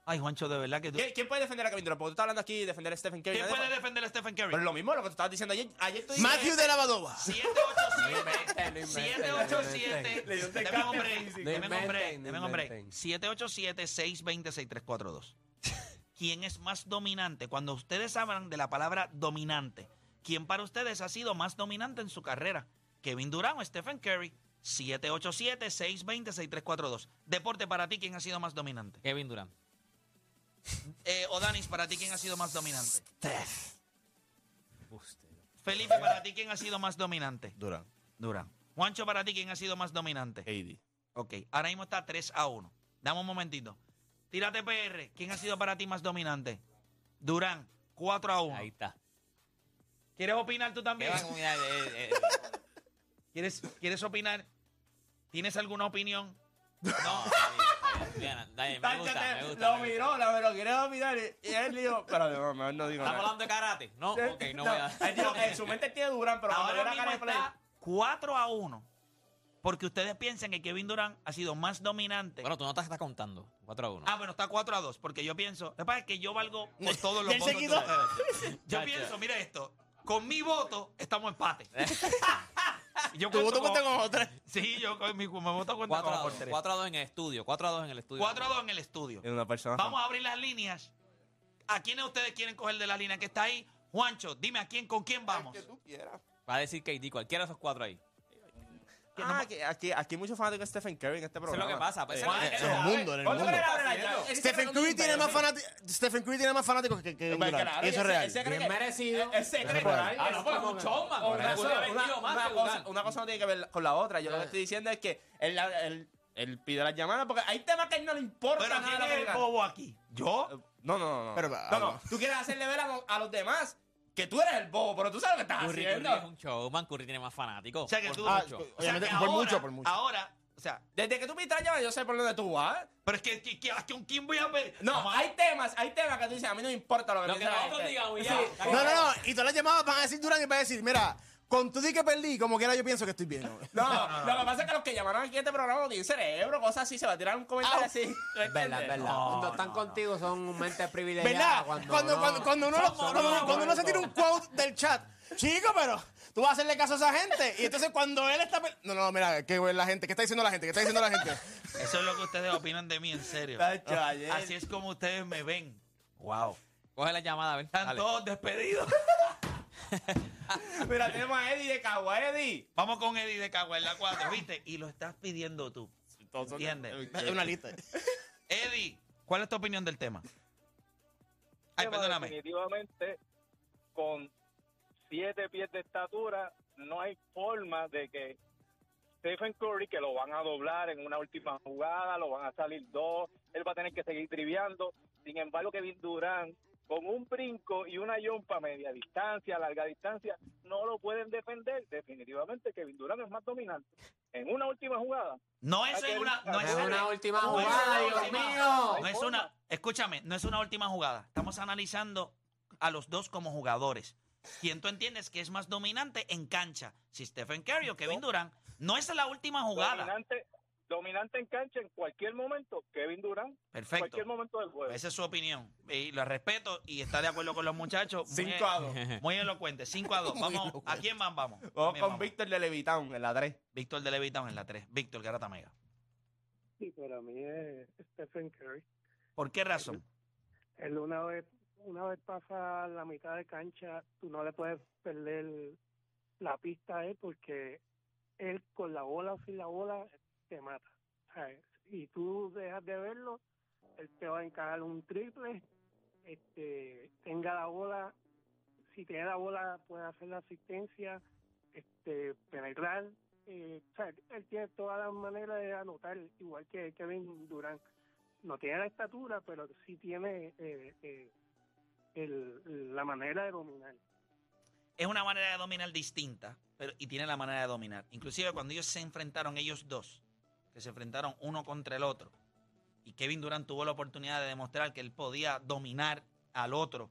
S3: Ay, Juancho, de verdad que tú.
S6: ¿Qui- ¿Quién puede defender a Kevin Durant? Porque tú estás hablando aquí de defender a Stephen Curry.
S3: ¿Quién
S6: nadie
S3: puede
S6: puede-
S3: defender a Stephen Curry?
S6: Pero es lo mismo lo que tú estabas diciendo ayer. Ayer tú dijiste-
S5: Matthew de Lavadova.
S3: 787
S6: Le dio un
S3: 787 Deme
S6: descarte
S3: hombre,
S6: físico.
S3: deme
S9: No
S3: hombre,
S9: inventen, no
S3: deme hombre.
S9: inventen.
S3: 787 620 6342. ¿Quién es más dominante? Cuando ustedes hablan de la palabra dominante, ¿quién para ustedes ha sido más dominante en su carrera? ¿Kevin Durant o Stephen Curry? 787 620 6342. Deporte para ti, ¿quién ha sido más dominante?
S4: Kevin Durant.
S3: Eh, Odanis, para ti, ¿quién ha sido más dominante? Felipe, para ti, ¿quién ha sido más dominante?
S5: Durán.
S3: Durán. Juancho, para ti, ¿quién ha sido más dominante?
S6: KD.
S3: Ok, ahora mismo está 3 a 1. Dame un momentito. Tírate PR. ¿Quién ha sido para ti más dominante? Durán, 4 a 1.
S4: Ahí está.
S3: ¿Quieres opinar tú
S4: ¿Qué
S3: también?
S4: va a combinar? Eh, eh,
S3: <laughs> ¿Quieres, ¿Quieres opinar? ¿Tienes alguna opinión?
S4: No, está bien, está bien, Daniel, me gusta,
S6: Lo
S4: me gusta. me gusta.
S6: miró, lo miró, quería dominar. Y él dijo, pero no, no, no digo
S4: ¿Estamos
S6: nada.
S4: hablando de karate? No, ok, no voy a...
S6: Él dijo, en su mente él tiene Durán, pero cuando vio
S3: Ahora
S6: la
S3: mismo
S6: cara de Play.
S3: está 4 a 1. Porque ustedes piensan que Kevin Durán ha sido más dominante.
S4: Bueno, tú no estás, estás contando. 4 a 1.
S3: Ah, bueno, está 4 a 2, porque yo pienso, lo que pasa es que yo valgo por todos los
S5: Ya él
S3: votos.
S5: se
S3: de
S5: quitó.
S3: ustedes. Yo pienso, mira esto, con mi voto estamos empate. yo
S5: Tu voto
S3: cuento
S5: cuenta como tres.
S3: <laughs> Sí, yo con mi, mi voto cuenta
S4: 4
S3: como
S4: a
S3: por
S4: 2.
S3: 3.
S4: 4 a 2 en el estudio. 4 a 2 en el estudio.
S3: 4 a 2 en el estudio.
S6: Es una persona.
S3: Vamos a abrir las líneas. ¿A quiénes ustedes quieren coger de la línea que está ahí? Juancho, dime a quién, con quién vamos.
S4: Va a decir KD, cualquiera de esos 4 ahí.
S6: Ah, que aquí, aquí hay muchos fanáticos de Stephen Curry en este
S4: Eso es
S6: programa.
S4: lo que pasa. pues,
S6: Eh,
S4: ese es
S5: En el mundo, en el mundo. Stephen Curry tiene más fanáticos. Stephen Curry tiene más fanáticos que, que
S6: Pues
S5: Durant. Y eso es real.
S9: Bien merecido.
S4: Ah, no, pues es un showman.
S6: Una,
S4: Una,
S6: cosa-
S4: una,
S6: una- una cosa, una cosa no tiene que ver con la otra.
S4: Eh.
S6: Yo lo que estoy diciendo es que él, él- él pide las llamadas porque hay temas que a él no le importa.
S3: Pero
S6: nada
S3: ¿quién
S6: de la
S3: es el
S6: verdad.
S3: bobo aquí? ¿Yo?
S6: No, no, no. No,
S5: Pero-
S6: no, no. Tú quieres hacerle ver a, lo- a los demás que tú eres el bobo, pero tú sabes lo que estás
S4: Curry, Curry es
S6: haciendo.
S4: un showman. Curry tiene más fanáticos.
S3: O sea que tú...
S5: Ah,
S3: o sea que
S5: obviamente, por
S3: ahora-
S5: mucho, por mucho.
S3: Ahora, o sea,
S6: Desde que tú pides las llamadas, yo sé por dónde tú vas.
S3: pero es que, que, que- ¿con quién voy a ver?
S6: No, hay temas, hay temas que tú dices, a mí no me importa lo que
S4: Lo
S6: piense
S4: que
S6: la
S4: nosotros
S6: gente.
S4: digamos y ya.
S5: No, no, no. Y todas las llamadas van a decir Durán y van a decir, mira, con tu di que perdí, como quiera yo pienso que estoy bien. ¿no?
S6: <laughs> No, lo que pasa es que los que llamaron aquí a este programa no tienen cerebro, cosas así, se va a tirar un comentario así. ¿Tú
S9: Verdad,
S6: entiendes?
S9: verdad. cuando están contigo son mentes
S5: <laughs>
S9: privilegiadas.
S5: ¿Verdad?
S9: Cuando,
S5: Cuando,
S9: no-
S5: cuando, cuando uno, lo- cuando uno- cuando uno se tira un quote del chat, chico, pero tú vas a hacerle caso a esa gente. Y entonces cuando él está. pe- No, no, mira, qué güey, la gente, ¿qué está diciendo la gente? ¿Qué está diciendo la gente?
S3: Eso es lo que ustedes opinan de mí, en serio.
S6: Tacho, ayer.
S3: Así es como ustedes me ven. Wow.
S4: Coge la llamada, a ver.
S3: Están
S4: dale.
S3: todos despedidos.
S6: <laughs> Mira, tenemos a Eddie de Cagua, Eddie.
S3: Vamos con Eddie de Cagua en la 4, ¿viste? Y lo estás pidiendo tú. ¿Entiendes?
S5: Es una lista.
S3: Eddie, ¿cuál es tu opinión del tema? Ay,
S10: tema,
S3: perdóname.
S10: Definitivamente, con siete pies de estatura, no hay forma de que Stephen Curry, que lo van a doblar en una última jugada, lo van a salir dos, él va a tener que seguir triviando. Sin embargo, Kevin Durant, con un brinco y una yompa a media distancia, a larga distancia, no lo pueden defender. Definitivamente, Kevin Durant es más dominante. En una última jugada,
S3: No es en una. No es
S9: Es
S3: en-
S9: una última
S3: no es en
S9: jugada,
S3: una
S9: Dios
S3: última-
S9: mío.
S3: No es una. Escúchame, no es una última jugada. Estamos analizando a los dos como jugadores. ¿Quién tú entiendes que es más dominante en cancha? Si Stephen Curry o Kevin Durant. No es la última jugada.
S10: dominante, dominante en cancha en cualquier momento, Kevin Durant, en
S3: Perfecto.
S10: cualquier momento del juego. <laughs>
S3: Esa es su opinión. Y la respeto y está de acuerdo con los muchachos. Muy-
S6: 5 a 2.
S3: Muy elocuente. 5
S9: <laughs>
S3: a 2. Vamos, ¿a quién más vamos?
S6: <laughs> Vamos
S3: Bien,
S6: con
S3: vamos.
S6: Víctor de Levitown en la 3.
S3: Víctor de Levitown en la 3. Víctor Garata Mega.
S10: Sí, para mí es Stephen Curry.
S3: ¿Por qué razón?
S10: Él una vez, una vez pasa la mitad de cancha, tú no le puedes perder la pista a él porque él con la bola o sin la bola te mata. ¿sabes? Y tú dejas de verlo, él te va a encajar un triple, este, tenga la bola, si tiene la bola puede hacer la asistencia, este, penetrar. eh, o sea, él tiene todas las maneras de anotar, igual que Kevin Durant no tiene la estatura, pero sí tiene eh, eh, el- la manera de dominar.
S3: Es una manera de dominar distinta pero, y tiene la manera de dominar. Inclusive cuando ellos se enfrentaron, ellos dos, que se enfrentaron uno contra el otro, y Kevin Durant tuvo la oportunidad de demostrar que él podía dominar al otro.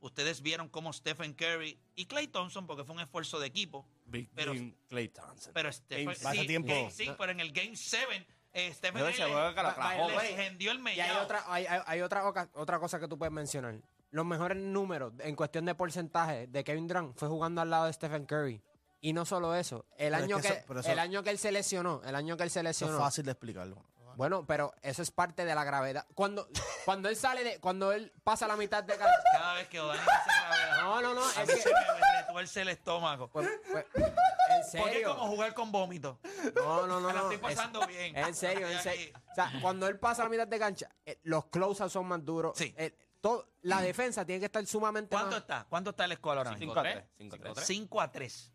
S3: Ustedes vieron cómo Stephen Curry y Clay Thompson, porque fue un esfuerzo de equipo,
S6: Big
S3: Pero-
S6: Clay Thompson.
S3: pero Stephen
S6: Game- pasa
S3: sí,
S5: tiempo.
S3: game- sí, pero en el Game 7 Eh, Stephen
S6: Bueno, ese
S3: Curry
S6: juego que la
S3: le-
S6: clavó,
S3: le
S6: güey.
S3: encendió el
S9: Y hay
S3: mellao.
S9: otra, hay, hay- hay otra, oca- otra cosa que tú puedes mencionar. Los mejores números en cuestión de porcentaje de Kevin Durant fue jugando al lado de Stephen Curry. Y no solo eso, el,
S5: Pero es
S9: año
S5: que
S9: que,
S5: eso- pero eso-
S9: el año que él se lesionó, el año que él se
S5: Eso es
S9: lesionó.
S5: fácil de explicarlo.
S9: Bueno, pero eso es parte de la gravedad. Cuando, cuando él sale de, cuando él pasa la mitad de cada-
S3: Cada vez que Odani hace gravedad.
S9: No, no, no,
S3: a
S9: es
S3: mí
S9: que-
S3: se me retuerce el estómago.
S9: pues,
S3: <laughs>
S9: pues, en
S3: Porque es
S9: serio.
S3: como jugar con vómito.
S9: No, no, no.
S3: <laughs> Me la
S9: no,
S3: estoy
S9: es-
S3: pasando bien.
S9: En serio, en
S3: Estoy
S9: serio. O sea, cuando él pasa la mitad de cancha, eh, los close-ups son más duros.
S3: Sí.
S9: Eh, todo- la defensa tiene que estar sumamente
S3: ¿Cuánto
S9: más-
S3: está? ¿Cuánto está el score ahora mismo?
S6: 5 a 3. 5 a 3.
S3: 5 a 3.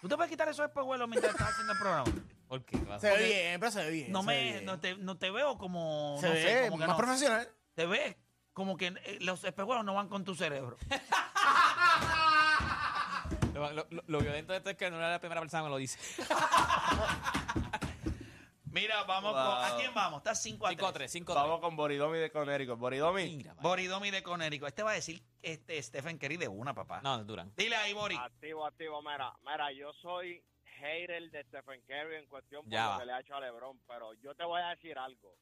S3: ¿Tú te puedes quitar esos espejuelos
S4: <laughs>
S3: mientras estás haciendo el programa?
S4: ¿Por qué? ¿Qué
S5: Se
S4: pasa?
S5: ve bien, pero se ve bien.
S3: No
S5: se ve
S3: me,
S5: bien.
S3: no te, no te veo como,
S5: se
S3: no
S5: ve
S3: sé, como que
S5: más
S3: no.
S5: profesional.
S3: Te ves como que eh, los espejuelos no van con tu cerebro.
S4: <laughs> Lo, lo- lo- lo violento de esto es que no era la primera persona que me lo dice.
S3: Mira, vamos
S6: Wow.
S3: con, ¿a quién vamos? Está 5 a 3.
S4: 5 3, 5 3.
S6: Vamos con Boridomi de Conérico. Boridomi.
S4: Mira, vaya.
S3: Boridomi de Conérico. Este va a decir este Stephen Curry de una, papá.
S4: No, Durán.
S3: Dile ahí, Bori.
S10: Activo, activo, mira, mira, yo soy hater de Stephen Curry en cuestión por
S4: Ya
S10: lo
S4: va.
S10: que le ha hecho a LeBron, pero yo te voy a decir algo.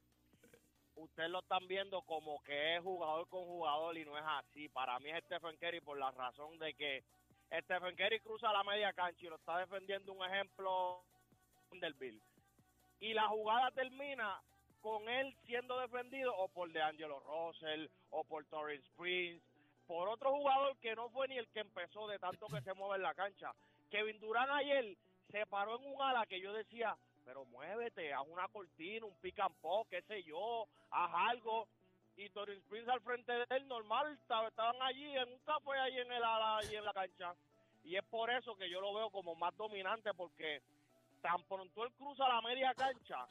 S10: Ustedes lo están viendo como que es jugador con jugador y no es así. Para mí es Stephen Curry por la razón de que Stephen Curry cruza la media cancha y lo está defendiendo un ejemplo del Bill. Y la jugada termina con él siendo defendido o por DeAngelo Russell o por Torrance Prince, por otro jugador que no fue ni el que empezó de tanto que se mueve en la cancha. Kevin Durán ayer se paró en un ala que yo decía, pero muévete, haz una cortina, un pick and pop, qué sé yo, haz algo. Y Torrance Prince al frente de él, normal, estaba- estaban allí en un café ahí en el ala, ahí en la cancha. Y es por eso que yo lo veo como más dominante, porque tan pronto él cruza la media cancha,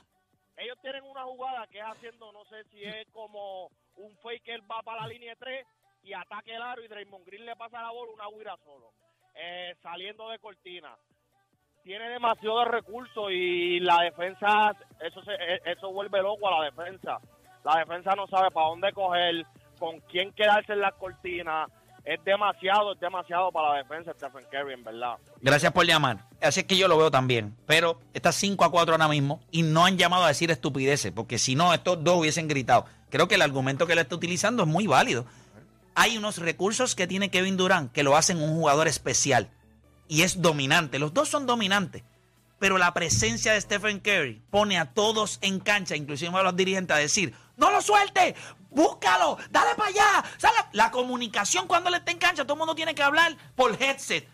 S10: ellos tienen una jugada que es haciendo, no sé si es como un fake que él va para la línea 3 y ataque el aro y Draymond Green le pasa la bola una huira solo, eh, saliendo de cortina. Tiene demasiados recursos y la defensa, eso, se, eh, eso vuelve loco a la defensa. La defensa no sabe para dónde coger, con quién quedarse en las cortinas. Es demasiado, es demasiado para la defensa Stephen Curry, en verdad.
S3: Gracias por llamar. Así es que yo lo veo también. Pero está 5 a 4 ahora mismo y no han llamado a decir estupideces, porque si no, estos dos hubiesen gritado. Creo que el argumento que él está utilizando es muy válido. Hay unos recursos que tiene Kevin Durant que lo hacen un jugador especial y es dominante. Los dos son dominantes, pero la presencia de Stephen Curry pone a todos en cancha, inclusive a los dirigentes, a decir: ¡No lo suelte! ¡Búscalo! ¡Dale para allá! O sea, la, la comunicación cuando él está en cancha, todo el mundo tiene que hablar por headset.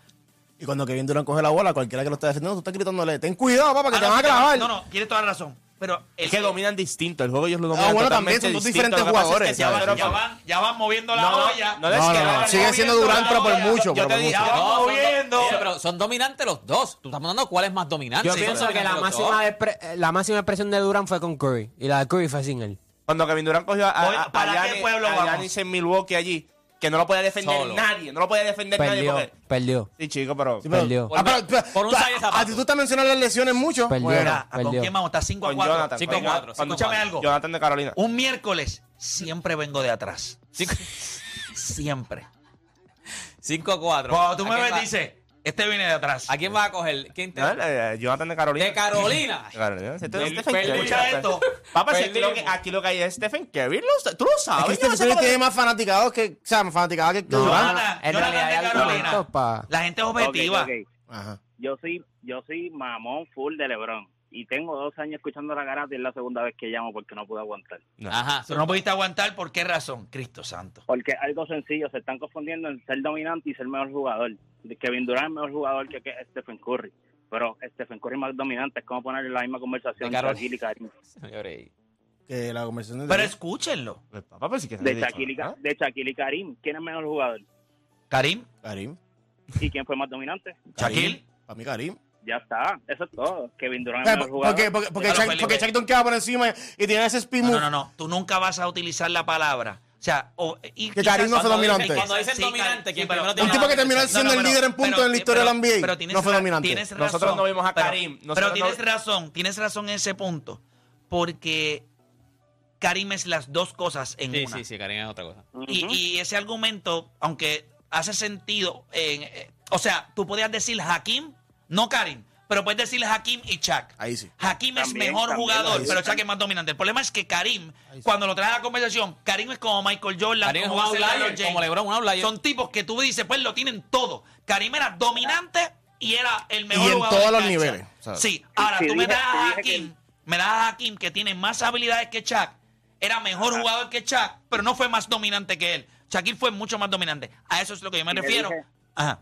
S5: Y cuando Kevin Durant coge la bola, cualquiera que lo está defendiendo, tú estás gritándole, ten cuidado, papá, que
S3: Ah,
S5: te
S3: no,
S5: van a
S3: sí, no,
S5: clavar.
S3: No, no, tienes toda la razón. Pero el
S6: Es que dominan distinto. El juego ellos lo dominan.
S5: Ah, bueno, también
S6: totalmente
S5: son dos
S6: distinto.
S5: diferentes
S6: Lo que pasa es que
S5: jugadores.
S6: si
S5: Ya pero-
S6: ahora-
S3: Ya van, ya van, ya van moviendo la
S6: No,
S3: olla.
S6: no, no, es que
S5: no,
S6: ahora
S5: no, sigue
S6: moviendo
S5: siendo Durant,
S6: la
S5: pero por
S6: olla.
S5: mucho,
S6: Yo
S5: pero
S6: te
S5: mucho.
S6: dije, "Ah,
S3: Ya
S6: ahora
S3: van
S6: moviendo.
S3: moviendo.
S4: Sí, pero son dominantes los dos. Tú estás mandando cuál es más dominante.
S9: Yo
S4: Sí,
S9: pienso
S4: son
S9: que la
S4: dominantes los
S9: máxima,
S4: dos.
S9: expre- eh, la máxima expresión de Durant fue con Curry. Y la de Curry fue sin él.
S6: Cuando Kevin Durant cogió a, a,
S3: Oye,
S6: a
S3: ¿para qué
S6: Giannis-
S3: pueblo
S6: a
S3: vamos?
S6: Giannis en Milwaukee allí, que no lo podía defender
S4: Solo.
S6: nadie. No lo podía defender nadie.
S9: Perdió,
S6: Porque...
S9: perdió.
S6: Sí, chico, pero...
S5: Sí, pero-
S9: Perdió.
S5: Ah, pero, pero-
S4: Por un
S5: tú-
S4: saco de zapato.
S5: A ti tú estás mencionando las lesiones mucho.
S9: Perdió.
S5: Bueno,
S3: Mira, ¿a ¿con
S9: perdió.
S3: quién vamos? Está 5 a
S6: Con
S3: 4.
S6: Jonathan.
S4: Cinco a
S6: Con-
S4: cuatro,
S6: con-
S3: Escúchame
S4: cuatro.
S3: algo.
S6: Jonathan de Carolina.
S3: Un miércoles siempre vengo de atrás.
S4: Cinco-
S3: Siempre.
S4: 5 a 4.
S3: Cuando tú me ves, dices, este viene de atrás.
S4: ¿A quién vas a coger? ¿Quién te
S6: No, eh, Jonathan de Carolina.
S4: De Carolina.
S6: De Carolina. Si tú-
S4: Del-
S6: Stephen Curry.
S3: Escucha esto.
S6: Papá, si aquí lo, que,
S4: Perdimos.
S6: aquí lo que hay es Stephen Curry. lo sa- Tú lo
S3: Ah,
S5: es que
S6: sabes. yo no
S5: este
S6: sé
S5: Curry
S6: cómo-
S5: tiene más fanaticados que. O sea, más fanaticados que, que Durant.
S3: Jonathan,
S9: en
S3: Jonathan
S9: realidad
S3: de
S9: hay
S3: Carolina.
S9: argumentos pa-
S3: La gente es objetiva.
S11: Ok, ok.
S5: Ajá.
S11: Yo soy, yo soy mamón full de LeBron. Y tengo dos años escuchando la garata y es la segunda vez que llamo porque no pude aguantar.
S4: Ajá.
S3: Pero no pudiste aguantar, ¿por qué razón? Cristo santo.
S11: Porque algo sencillo, se están confundiendo en ser dominante y ser mejor jugador. De Kevin Durant es mejor jugador que, que Stephen Curry. Pero Stephen Curry es más dominante, es como ponerle la misma conversación
S4: De
S11: de
S4: Carol.
S11: Shaquille y Karim.
S4: Señores,
S5: Que la conversación de.
S3: Pero escúchenlo.
S6: Pues, Papá, pues sí que no
S11: De
S6: he dicho
S11: Shaquille, y Ka-
S6: nada.
S11: de Shaquille y Karim, ¿quién es mejor jugador?
S3: Karim,
S5: Karim.
S11: ¿Y quién fue más dominante?
S3: Shaquille.
S5: Para mí, Karim.
S11: Ya está, eso es todo. Kevin Durant es
S5: Eh,
S11: mejor
S5: ¿Por
S11: jugador.
S5: qué? Porque, porque,
S3: Déjalo,
S5: Shaq- porque
S3: Felipe.
S5: Shaq Dunn queda por encima y tiene ese spin
S3: No,
S5: move.
S3: no, no, no. Tú nunca vas a utilizar la palabra. O sea, o- y
S5: Que
S3: quizás
S5: Karim no fue
S3: cuando
S5: dominante.
S3: dicen-
S4: Cuando dicen
S3: Sí, Karim,
S4: dominante, quien
S3: pero-
S4: primero tiene
S5: Un tipo que terminó
S3: No, no,
S5: siendo el
S3: pero-
S5: líder en puntos
S3: pero-
S5: en la historia de
S3: pero-
S5: la NBA.
S3: pero tienes
S5: no fue
S3: ra-
S5: dominante.
S3: tienes razón,
S6: Nosotros no vimos a
S3: pero-
S6: Karim,
S3: Pero,
S6: nosotros no-
S3: tienes razón, tienes razón en ese punto. Porque Karim es las dos cosas en
S4: Sí,
S3: una.
S4: sí, sí, Karina es otra cosa.
S11: Ujú.
S3: Y, y ese argumento, aunque hace sentido, en- eh, o sea, tú podías decir Hakim, no Karim. Pero puedes decirle Hakim y Shaq.
S5: Ahí sí.
S3: Hakim es
S5: También,
S3: mejor
S5: también,
S3: jugador,
S5: ahí
S3: pero
S5: está.
S3: Shaq es más dominante. El problema es que Karim, cuando lo trae a la conversación, Karim es como Michael Jordan,
S4: Karim es
S3: como,
S4: un
S3: hace
S4: outlier,
S3: LeBron James.
S4: como LeBron, un outlier.
S3: Son tipos que tú dices, pues lo tienen todo. Karim era dominante y era el mejor
S5: Y en
S3: jugador.
S5: todos los
S3: cancha.
S5: niveles, ¿sabes?
S3: Sí,
S5: Y
S3: ahora
S5: te
S3: tú me
S5: dije-
S3: das
S5: te
S3: a
S5: dije que
S3: Hakim, me das a Hakim que tiene más habilidades que Shaq, era mejor
S11: Ajá.
S3: jugador que Shaq, pero no fue más dominante que él. Shaquille fue mucho más dominante. A eso es lo que yo me
S11: Y te
S3: refiero.
S11: dije-
S3: Ajá.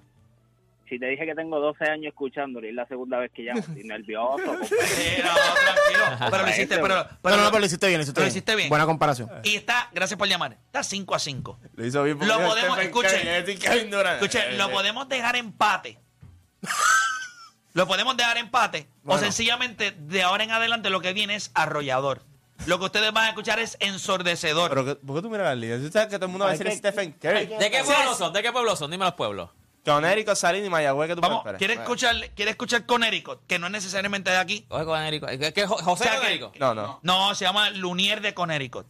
S11: Si te dije que tengo 12 años escuchándolo y es la segunda vez que llamo, estoy nervioso.
S3: Pero lo hiciste, pero,
S5: Pero no, pero lo hiciste bien, lo hiciste,
S3: Lo
S5: bien.
S3: hiciste bien.
S5: Buena comparación.
S3: Y está, gracias por llamar, está 5 a 5.
S6: Lo hizo bien.
S3: Lo podemos,
S6: escuchar.
S3: escuchen, escuchen, lo podemos
S6: <laughs>
S3: dejar empate. Lo podemos dejar empate.
S6: Bueno.
S3: O sencillamente, de ahora en adelante, lo que viene es arrollador. Lo que ustedes van a escuchar es ensordecedor.
S6: Pero, que- ¿por qué tú miras las líneas? Tú sabes que todo el mundo va a
S3: Hay
S6: decir
S3: que-
S6: Stephen
S3: hay
S6: Curry.
S3: que-
S4: ¿De qué pueblos son? ¿De qué pueblos son? Dime los pueblos.
S6: Connecticut, Saline y Mayagüez, que tú
S3: Vamos,
S6: prefieres?
S3: ¿quiere escuchar, quiere escuchar Connecticut? Que no es necesariamente de aquí.
S4: Oye, Conérico. ¿Qué- qué- Jo- José
S3: O sea que-
S4: Conérico.
S6: No, no.
S3: No, se llama Lunier de Connecticut.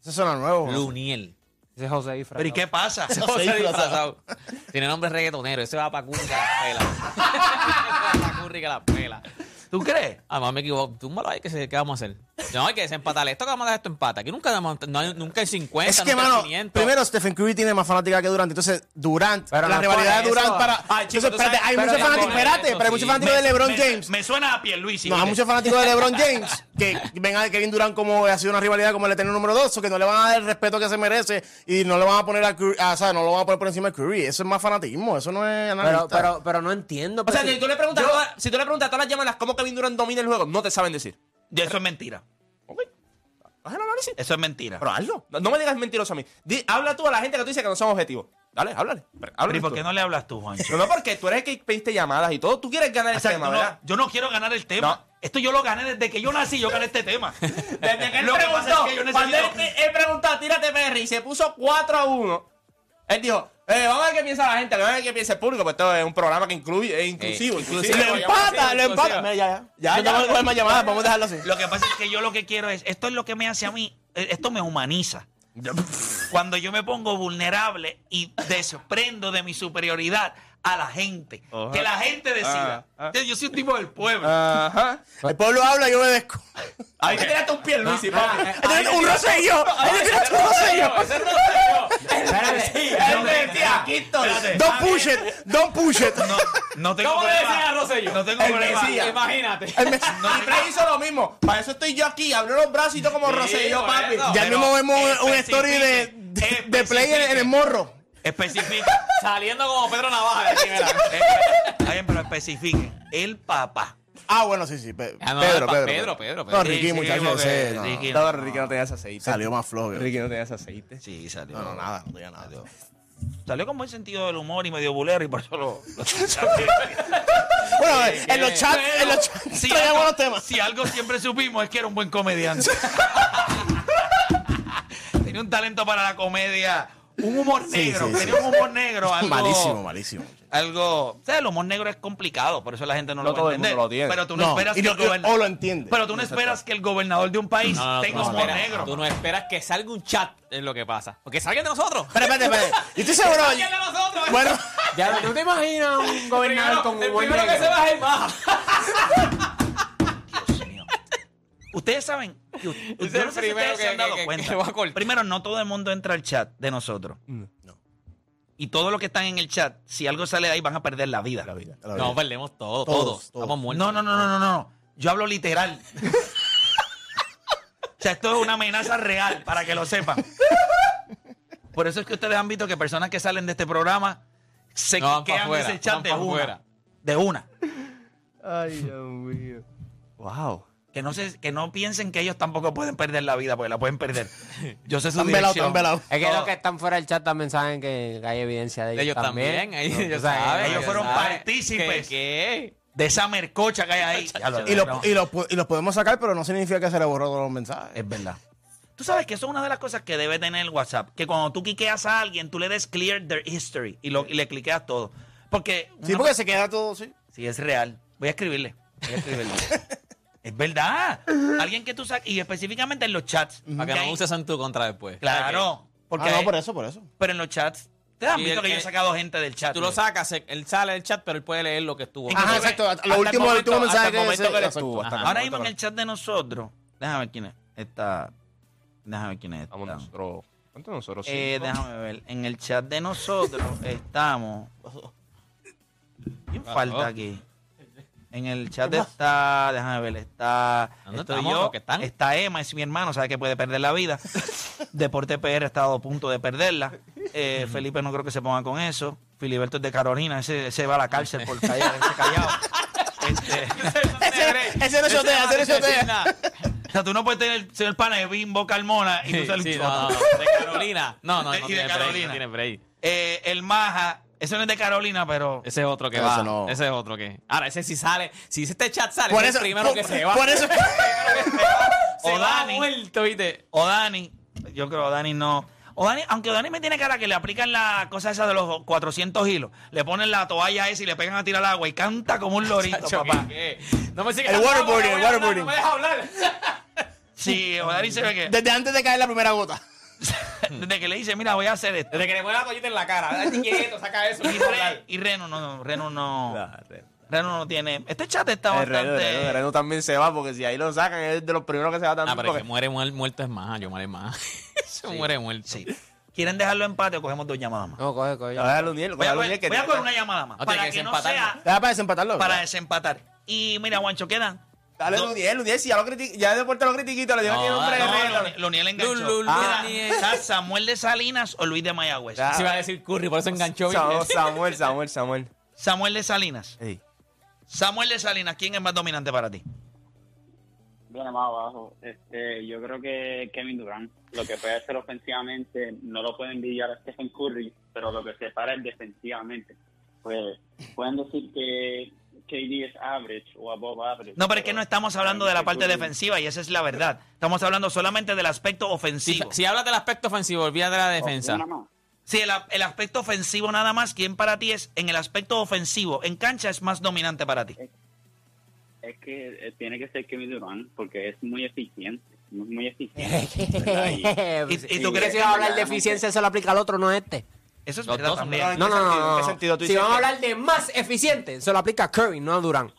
S5: Eso suena nuevo.
S4: Luniel.
S9: Ese es José Ifra.
S3: ¿Pero y
S4: <laughs>
S3: qué pasa?
S4: José
S5: disfrazado.
S4: disfrazado. Tiene nombre reggaetonero. Ese va para Curry que la pela. Ese va pa' Curry que la pela.
S3: ¿Tú crees?
S4: Además me equivoco. Túmbalo ahí, que se- ¿qué vamos a hacer? No, hay que desempatar esto, que vamos a dejar esto empate. Aquí nunca, damos- no hay- nunca hay 50,
S5: Es que,
S4: nunca hay
S5: mano,
S4: 500.
S5: primero Stephen Curry tiene más fanática que Durant. Entonces, Durant,
S9: Pero
S5: la
S9: no
S5: rivalidad de
S9: fue eso.
S5: Durant para.
S6: Ay, chico,
S5: entonces,
S6: tú
S5: espérate,
S6: sabes-
S5: hay
S6: pero
S5: muchos
S6: ya
S5: fanáticos,
S4: pone
S5: espérate,
S4: eso,
S5: pero hay muchos
S4: sí.
S5: fanáticos de LeBron
S3: me,
S5: James.
S3: Me suena a Pierluisi.
S5: No, hay
S3: ¿viste?
S5: muchos fanáticos de
S3: <laughs>
S5: LeBron James que ven a Kevin Durant como ha sido una rivalidad como el eterno número 2, que no le van a dar el respeto que se merece y no le van a poner a Curry, ah, o sea, no lo van a poner por encima de Curry. Eso es más fanatismo, eso no es
S9: Pero,
S5: analista.
S9: pero, pero no entiendo.
S6: O
S9: pero
S6: sea, pues, si tú le preguntas, a todas- si tú le preguntas a todas las llamadas cómo Kevin Durant domina el juego, no te saben decir.
S3: De eso es mentira.
S6: Haz el análisis.
S3: Eso es mentira.
S6: Pero hazlo. No, no me digas mentiroso a mí. Di- habla tú a la gente que tú dices que no son objetivos. Dale, háblale. Pero
S3: Pero,
S6: háblale
S3: ¿y por
S6: tú.
S3: qué no le hablas tú, Juancho?
S5: <laughs>
S6: No, no, porque tú eres el que pediste llamadas y todo. Tú quieres ganar
S3: O
S6: el
S3: sea,
S6: tema,
S3: tú no-
S6: ¿verdad?
S3: yo no quiero ganar el tema.
S6: No.
S3: Esto yo lo gané desde que yo nací, yo gané
S5: <laughs>
S3: este tema.
S6: Desde que él
S3: Lo que pasa
S6: preguntó,
S3: es que yo
S6: cuando él,
S3: necesito-
S6: él preguntó, tírate Perry, y se puso 4 a 1. Él dijo, eh, vamos a ver qué piensa la gente, vamos a ver qué piensa el público, pues esto es un programa que incluye, es inclusivo, inclusive.
S4: inclusivo,
S6: Lo empata,
S4: inclusivo,
S6: lo empata.
S4: inclusivo.
S6: Mira, ya, ya. Ya, ya.
S5: más llamadas, vamos a dejarlo así.
S3: Lo que pasa es que yo lo que quiero es, esto es lo que me hace a mí, eh, esto me humaniza. Cuando yo me pongo vulnerable y desprendo de mi superioridad a la gente. Que la gente decida.
S6: Ah, ah.
S3: Entonces, Yo soy un tipo del pueblo.
S6: Ajá.
S5: El pueblo habla y yo obedezco.
S6: Ahí te <laughs> tiraste un pie, Luis, y papi.
S5: Entonces, un rosello, ahí le tiraste un rosello.
S6: Sí, él me decía, aquí estoy.
S5: Don't push it, don't push it.
S3: No, no tengo
S4: ¿Cómo le
S3: problema.
S4: decían a Rosselló?
S3: No tengo
S6: El
S3: problema.
S6: Mesías.
S4: Imagínate.
S6: Y Trey hizo lo mismo. Para eso estoy yo aquí. Abrió los brazos y todo como Rosselló,
S4: por
S6: papi.
S4: eso.
S5: Ya
S3: Pero
S5: mismo vemos un- un
S3: especifique,
S5: story de, de, de play en, en el morro.
S3: Especifica.
S4: Saliendo como Pedro Navaja. de aquí,
S3: <laughs>
S4: mira.
S3: Está bien, Eh, pero especifique. El papá.
S5: Ah, bueno, sí, sí. Pe-
S4: Ah, no,
S5: Pedro,
S4: pa-
S5: Pedro,
S4: Pedro, Pedro, Pedro.
S5: No,
S3: Sí,
S5: Ricky,
S3: sí,
S5: muchachos,
S3: porque
S5: ese, no,
S3: Ricky-
S6: No, Ricky no tenías aceite.
S5: Salió más flojo.
S6: Ricky no tenías aceite.
S3: Sí, salió.
S5: No, no, nada, no tenía nada.
S3: Salió con buen sentido del humor y medio bulero y por eso lo. lo-
S6: <laughs>
S5: Bueno, en los chats, en los chats
S3: si,
S5: traía buenos
S3: algo,
S5: temas.
S3: si algo siempre supimos es que era un buen comediante.
S5: <laughs>
S3: Tenía un talento para la comedia. Un humor negro.
S5: sí,
S3: Tenía
S5: sí.
S3: un humor negro. Algo,
S5: Malísimo, malísimo.
S3: Algo. O sea, el humor negro es complicado, por eso la gente no,
S6: No
S3: lo va
S6: todo
S3: a
S6: el mundo
S3: entender.
S6: lo tiene.
S3: Pero tú no, esperas
S5: y
S3: que
S5: no-
S3: el gobern-
S5: o lo oh. entiende.
S3: Pero tú no esperas que el gobernador de un país
S4: No, no, no, tú
S3: tenga
S4: no
S3: un humor
S4: esperas-
S3: negro.
S4: Tú no esperas que salga un chat, es lo que pasa. Porque salgan de nosotros.
S5: Espera, espérate,
S4: <laughs>
S5: espérate. Y estoy seguro.
S4: Salgan de nosotros.
S5: Bueno,
S9: Ya, ¿tú te imaginas un
S4: Primero-
S9: gobernador con
S4: el
S9: un buen
S4: primero que se
S9: negro?
S4: va es el Maja.
S3: Dios mío. Ustedes saben que
S4: <laughs>
S3: u- yo
S4: el
S3: no sé si
S4: primero
S3: ustedes se
S4: que-
S3: han dado
S4: que- que-
S3: cuenta.
S4: que va a cortar.
S3: Primero, no todo el mundo entra al chat de nosotros.
S5: Mm.
S3: Y todos los que están en el chat, si algo sale de ahí, van a perder la vida.
S4: No, perdemos
S5: Todos,
S4: todo, todos.
S5: todos.
S4: Estamos muertos.
S3: No, no, no, no, no, no. Yo hablo literal. <laughs> o sea, esto es una amenaza real, para que lo sepan. Por eso es que ustedes han visto que personas que salen de este programa se
S4: No, van pa'
S3: quedan en
S4: afuera,
S3: ese chat
S4: van
S3: de
S4: pa'
S3: una.
S4: afuera.
S3: De una.
S6: Ay, Dios mío. Wow.
S3: Que no, se, que no piensen que ellos tampoco pueden perder la vida, porque la pueden perder.
S4: <laughs>
S3: Yo sé su
S5: Están velados,
S3: dirección.
S5: están velados.
S9: Es que
S3: No.
S9: los que están fuera del chat también saben que hay evidencia de ellos,
S4: Oh. Ellos también, ahí,
S9: No,
S4: ellos
S9: tú sabes, <laughs>
S4: saben.
S3: ellos fueron
S4: saben.
S3: partícipes.
S4: ¿Qué?
S3: De esa mercocha que hay
S4: <laughs>
S3: ahí. Ya lo-
S5: y los
S3: no,
S5: y los pu- y los podemos sacar, pero no significa que se le borró todos los mensajes.
S3: Es verdad. Tú sabes que eso es una de las cosas que debe tener el WhatsApp. Que cuando tú quiqueas a alguien, tú le des clear their history y, lo, y le cliqueas todo. Porque.
S5: Sí,
S3: una-
S5: porque se queda todo, sí.
S3: Sí, es real. Voy a escribirle. Voy
S4: <laughs>
S3: a escribirle. es verdad. Alguien que tú sacas. Y específicamente en los chats.
S4: Para que
S3: hay-
S4: no uses en tu contra después.
S3: Claro. Porque
S5: Ah, no,
S3: hay-
S5: por eso, por eso.
S3: Pero en los chats Ustedes han
S4: Y
S3: visto
S4: el-
S3: que yo he
S4: el-
S3: sacado gente del chat.
S4: Tú lo sacas, se- él sale del chat, pero él puede leer lo que estuvo.
S3: Inclusive, hasta el momento- hasta el momento que eres tú, hasta Ahora mismo en
S4: el
S3: el chat de nosotros. Déjame ver quién es. Está. Déjame ver quién es. Vamos
S6: nosotros. ¿Cuántos nosotros?
S3: Eh,
S6: Cinco.
S3: déjame ver. En el chat
S4: <laughs>
S3: de nosotros estamos. ¿Quién
S4: Ah, oh.
S3: falta aquí? En el chat está, déjame ver, está.
S4: ¿Dónde
S3: estoy
S4: estamos?
S3: yo,
S4: ¿Los que están?
S3: está Emma, es mi hermano, sabe que puede perder la
S4: <laughs>
S3: vida. Deporte PR ha estado a punto de perderla. Eh, Felipe no creo que se ponga con eso. Filiberto es de Carolina, ese, ese va a la cárcel
S4: <laughs>
S3: por callar, ese callado.
S5: Ese no chotea, ese no
S3: <laughs>
S5: chotea.
S3: O sea, tú no puedes tener, ser el pana de Bimbo Carmona y tú
S4: Sí,
S3: ser el
S4: sí,
S3: choto.
S4: no, no, no, de Carolina. No, no, no
S3: <laughs> Y de
S4: tiene break,
S3: Carolina.
S4: no tiene break.
S3: Eh, el Maja, ese no es de Carolina, pero.
S4: Ese es otro que
S3: Eso
S4: va.
S3: no.
S4: Ese es otro que. Ahora, ese sí sale. Si este chat sale,
S3: Por
S4: ese es
S3: eso-
S4: el primero
S3: por-
S4: que se va. <laughs>
S3: por eso-
S4: Se
S3: o
S4: va
S3: Dani. O Dani. Yo creo que Dani no. O Dani, aunque Dani me tiene cara que le aplican la cosa esa de los 400 hilos, le ponen la toalla esa y le pegan a tirar agua y canta como un lorito,
S4: Chacho,
S3: papá.
S4: ¿qué, qué? No me sigas.
S3: El waterboarding,
S4: No, no,
S3: el
S4: no,
S3: waterboarding.
S4: No me dejas hablar.
S3: Sí, o Dani se ve que.
S5: Desde antes de caer la primera gota.
S3: Desde que le dice, mira, voy a hacer esto.
S4: Desde que le pones la toallita en la cara. Date
S3: <laughs>
S4: quieto, saca eso.
S3: Y, Re- y Reno, no, no, Reno no. Reno no tiene. Este chat está
S6: El Eh, Reno,
S3: bastante.
S6: Reno, Reno también se va, porque si ahí lo sacan, es de los primeros que se va
S4: Ah,
S6: también.
S4: pero es que
S6: porque-
S4: muere muer- muerto es más. Yo muere más. <laughs> Eso
S3: Sí.
S4: muere muerto.
S3: Sí. ¿Quieren dejarlo empate o cogemos dos llamadas más?
S9: No, coge, coge.
S6: Voy a Luniel,
S3: Voy a,
S6: Luniel,
S3: coger-
S6: que
S3: voy a
S6: tiene-
S3: coger una llamada más.
S6: No, tiene
S3: para
S6: que
S3: que, no
S6: desempatarlo.
S3: sea.
S5: Deja para desempatarlo.
S3: Para desempatar. Y mira, Juancho, quedan.
S6: Dale,
S3: dos-
S6: Luniel, Luniel, si ya lo critiqué, ya de Puerto lo critiquito, le dio aquí el nombre de Reno.
S3: no, Lo Loniel enganchó.
S4: Lu- Lu-
S3: Ah,
S4: Loniel.
S3: está Samuel de Salinas o Luis de Mayagüez.
S6: Ya.
S4: Ah. Se iba a decir Curry, por eso enganchó.
S6: Sa-
S4: ¿viste?
S6: Samuel, Samuel, Samuel.
S3: Samuel de Salinas.
S6: Ey.
S3: Samuel de Salinas, ¿quién es más dominante para ti?
S11: Viene más abajo. Este, yo creo que Kevin Durant, lo que puede hacer ofensivamente, no lo puede envidiar a Stephen Curry, pero lo que se para es defensivamente. Pues pueden decir que KD es average o above average.
S3: No, pero es que no estamos hablando de la parte
S11: Curry-
S3: defensiva y esa es la verdad. Estamos hablando solamente del aspecto
S4: Si,
S3: ofensivo.
S4: si hablas del aspecto ofensivo, olvídate de la defensa.
S11: Una más.
S3: Si el, el aspecto ofensivo nada más, ¿quién para ti es en el aspecto ofensivo? En cancha es más dominante para ti.
S11: Es que eh, tiene que ser Kevin Durant porque es muy eficiente. Muy, muy eficiente. ¿verdad? Y-
S3: ¿Y, y
S9: tú crees
S3: tú crees
S9: que si
S3: que
S9: vamos a hablar de eficiencia, eso lo aplica al otro, no a este.
S3: <laughs> Eso es
S4: Los
S3: verdad
S4: dos son
S3: también.
S9: No, no, no. no,
S6: sentido? ¿En qué
S9: no.
S6: sentido tú
S9: si
S6: dices
S9: vamos a
S6: que-
S9: hablar de más eficiente, eso lo aplica a Curry, no a Durant.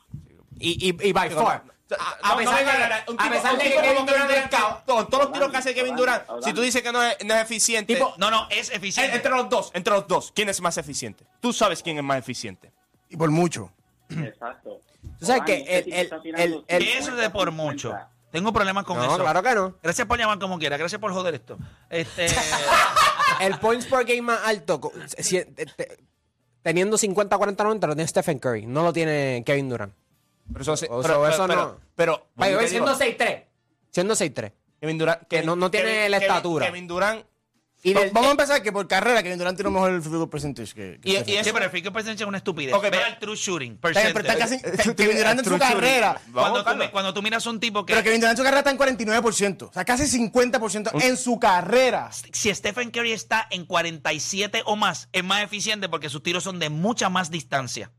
S9: Y, y, y by far. A, a
S6: No, no
S9: pesar
S6: venga,
S9: de
S6: la- la-
S9: que,
S6: un
S9: a
S6: tipo-
S9: pesar
S6: un
S9: de que
S6: tipo
S9: Kevin
S6: como
S9: Durant es cao-
S6: ca- con todos los tiros que hace Kevin Durant,
S11: Orlando,
S6: si tú dices que no es, no es eficiente,
S9: Tipo-
S3: No, no, es
S6: en-
S3: eficiente.
S6: entre los dos, entre los dos, ¿quién es más eficiente? Tú sabes quién es más eficiente.
S5: Y por mucho.
S11: Exacto.
S9: Tú sabes
S11: Durant,
S9: que
S11: este
S9: el-
S11: tipo
S9: el-
S11: está tirando
S9: el-
S3: Que eso es de por
S11: 50.
S3: mucho. Tengo problemas con
S9: No,
S3: eso.
S9: claro que no.
S3: Gracias por llamar como quiera. Gracias por joder esto. Este,
S9: El points per game más alto, co- si- eh, te- teniendo 50, 40, 90, lo tiene Stephen Curry. No lo tiene Kevin Durant.
S6: Pero eso, se-
S9: O
S6: pero,
S9: sea,
S6: pero-
S9: eso
S6: pero-
S9: no.
S6: pero-
S9: Vaya,
S6: te digo,
S9: siendo 6-3. Siendo 6-3.
S6: Kevin Durant, Kevin-
S9: no- no tiene
S6: Kevin-
S9: la
S6: Kevin-
S9: estatura.
S6: Kevin Durant
S9: Y del-
S5: Vamos a empezar que por carrera Kevin Durant tiene un mejor field goal percentage que, que
S6: Y-
S5: Stephen.
S6: y es-
S3: sí, pero el free throw percentage es una estupidez.
S6: Ok,
S3: Ve
S6: pero-
S3: al true shooting.
S5: Está bien, pero está
S3: percentage. <laughs>
S5: casi- Kevin Durant en su carrera.
S3: Cuando, tú,
S6: Carlos.
S3: mi- cuando tú miras a un tipo que.
S5: Pero Kevin Durant en su carrera está en 49%. O sea, casi 50% en su carrera.
S3: si Stephen Curry está en 47 o más, es más eficiente porque sus tiros son de mucha más distancia.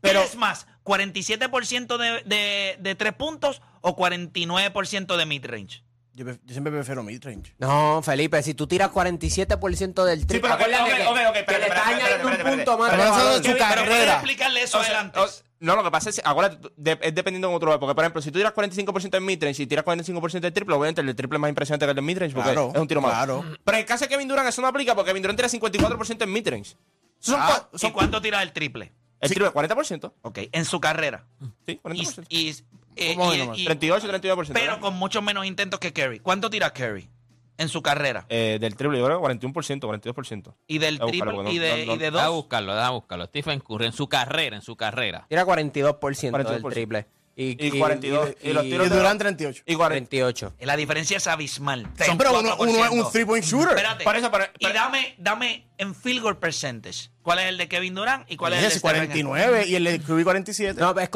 S3: Pero
S5: Pero-
S3: es más, 47% de, de, de tres puntos o 49% de mid-range.
S5: Yo, pref- yo siempre prefiero midrange.
S9: No, Felipe, si tú tiras 47% del
S6: Sí,
S9: triple,
S6: pero
S9: acuérdate
S6: ok,
S9: que,
S6: ok, ok,
S9: que
S6: espérate,
S9: le
S6: espérate,
S9: está
S6: espérate,
S9: añadiendo un
S6: espérate,
S9: punto más.
S5: espérate.
S9: de
S5: Pero
S9: valor.
S5: eso es su
S3: Pero puedes
S5: Carrera.
S3: explicarle eso
S6: O sea,
S3: adelante.
S6: o- no, lo que pasa es, ahora tú- de- es dependiendo de otro lado, porque por ejemplo, si tú tiras 45% en midrange y tiras 45% del triple, obviamente el triple es más impresionante que el de midrange porque
S5: Claro,
S6: es un tiro más.
S5: claro.
S6: Pero en el caso de Kevin Durant eso no aplica porque Kevin Durant tira 54% en midrange. Son
S3: Ah,
S6: cua- son
S3: ¿Y cuánto tira el triple?
S6: El triple 40%.
S3: Ok, en su carrera.
S6: Sí,
S3: Y,
S6: 40%.
S3: y- eh,
S5: ¿Cómo
S3: y-
S5: es nomás?
S3: y-
S6: 38, 39%.
S3: pero con mucho menos intentos que Curry. ¿Cuánto tira Curry en su carrera?
S6: Eh, del triple yo creo 41%, 42%.
S3: Y del
S6: a buscarlo,
S3: triple
S6: porque
S3: y
S6: no-
S3: de,
S6: no-
S3: y de
S4: Deja
S3: dos.
S4: buscarlo, deja buscarlo. Stephen Curry en su carrera, en su carrera.
S9: Tira 42% del
S6: 42%.
S9: triple. Y,
S6: Y 42.
S9: Y,
S6: Y los
S5: Y
S6: tiros de-
S5: Durant 38.
S6: Y 40.
S9: 38.
S3: Eh, La diferencia es abismal. Son
S5: pero uno, uno es
S3: 4%.
S5: un three-point shooter.
S3: Espérate.
S6: Por eso, para- para-
S3: y dame, dame en field goal percentage. ¿Cuál es el de Kevin Durant y cuál es el de
S5: Ese
S3: Stephen
S5: 49 y el de Curry 47.
S9: No, es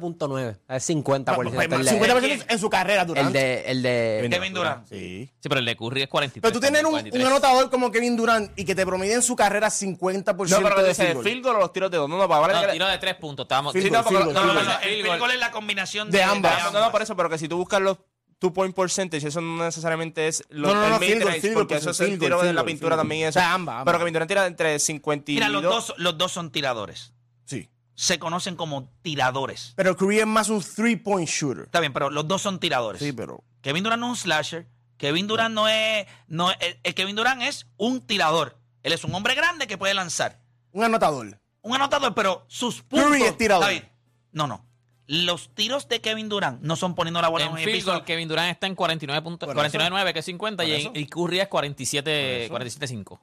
S9: 49.9. Es 50%.
S5: Pa- pa- pa-
S9: el, de-
S5: 50% en su carrera, Durant.
S9: el de, el de-
S3: Kevin Durant.
S5: Sí.
S4: Sí, pero el de Curry es 43.
S5: Pero tú tienes un, un
S4: 43.
S5: anotador como Kevin Durant y que te promedie en su carrera 50%
S6: No, pero tú
S5: de
S6: dices,
S5: field
S6: ¿el
S5: goal.
S6: field goal o los tiros de dos? No, no, para
S4: No, tiro de tres puntos. Estábamos.
S5: Field
S6: Sí, no,
S5: goal,
S6: porque-
S5: field
S3: No,
S5: goal,
S3: no, no,
S5: field goal.
S3: El field goal es la combinación
S5: De ambas.
S6: No, no, por eso, pero que si tú buscas los two point percentage, eso no necesariamente es lo,
S5: No, no, pues,
S6: el
S5: no,
S6: mid
S5: field goal,
S6: range,
S5: field goal,
S6: porque eso pues es
S5: field
S6: el
S5: goal,
S6: tiro de
S5: field
S6: la
S5: goal,
S6: pintura
S5: field goal.
S6: también.
S5: O
S6: Eso.
S5: sea, ambas, ambas.
S6: Pero que Durant tira entre 50 y
S3: Mira, los dos, los dos son tiradores.
S5: Sí.
S3: Se conocen como tiradores.
S5: Pero Curry es más un three-point shooter.
S3: Está bien, pero los dos son tiradores.
S5: Sí, pero.
S3: Kevin Durant no es un slasher. Kevin Durant no, es. No es- eh, eh, Kevin Durant es un tirador. Él es un hombre grande que puede lanzar.
S5: Un anotador.
S3: Un anotador, pero sus
S5: Curry
S3: puntos.
S5: es tirador.
S3: Está bien. No, no. Los tiros de Kevin Durant no son poniendo la bola
S4: En
S3: el
S4: field
S3: piso.
S4: goal, Kevin Durant está en 49 puntos, 49.9, que es 50, y, en- y Curry es 47, 47.5.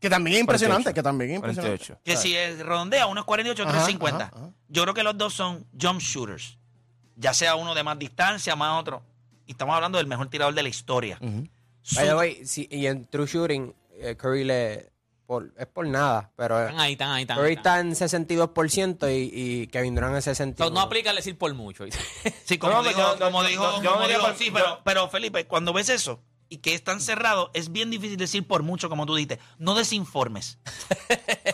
S5: Que también es impresionante, que también es impresionante.
S6: 48.
S3: Que si es redondea, uno es 48, otro es
S5: Ajá,
S3: 50.
S5: ajá, ajá.
S3: Yo creo que los dos son jump shooters. Ya sea uno de más distancia, más otro. Y estamos hablando del mejor tirador de la historia. Su-
S9: By the way, sí, y en True Shooting, eh, Curry le. por- es por nada, pero.
S4: Están ahí, están ahí, están
S9: Curry
S4: ahí, están
S9: está en 62% y, y Kevin Durant en 61%.
S4: So, no aplica el decir por mucho.
S3: Sí, como
S6: No, no,
S3: dijo,
S6: yo- no,
S3: como
S6: yo-
S3: dijo,
S6: yo- yo
S3: como
S6: no
S3: dijo,
S6: diría por-
S3: sí,
S6: yo-
S3: pero, pero Felipe, cuando ves eso y que es tan cerrado, es bien difícil decir por mucho, como tú dijiste. No desinformes.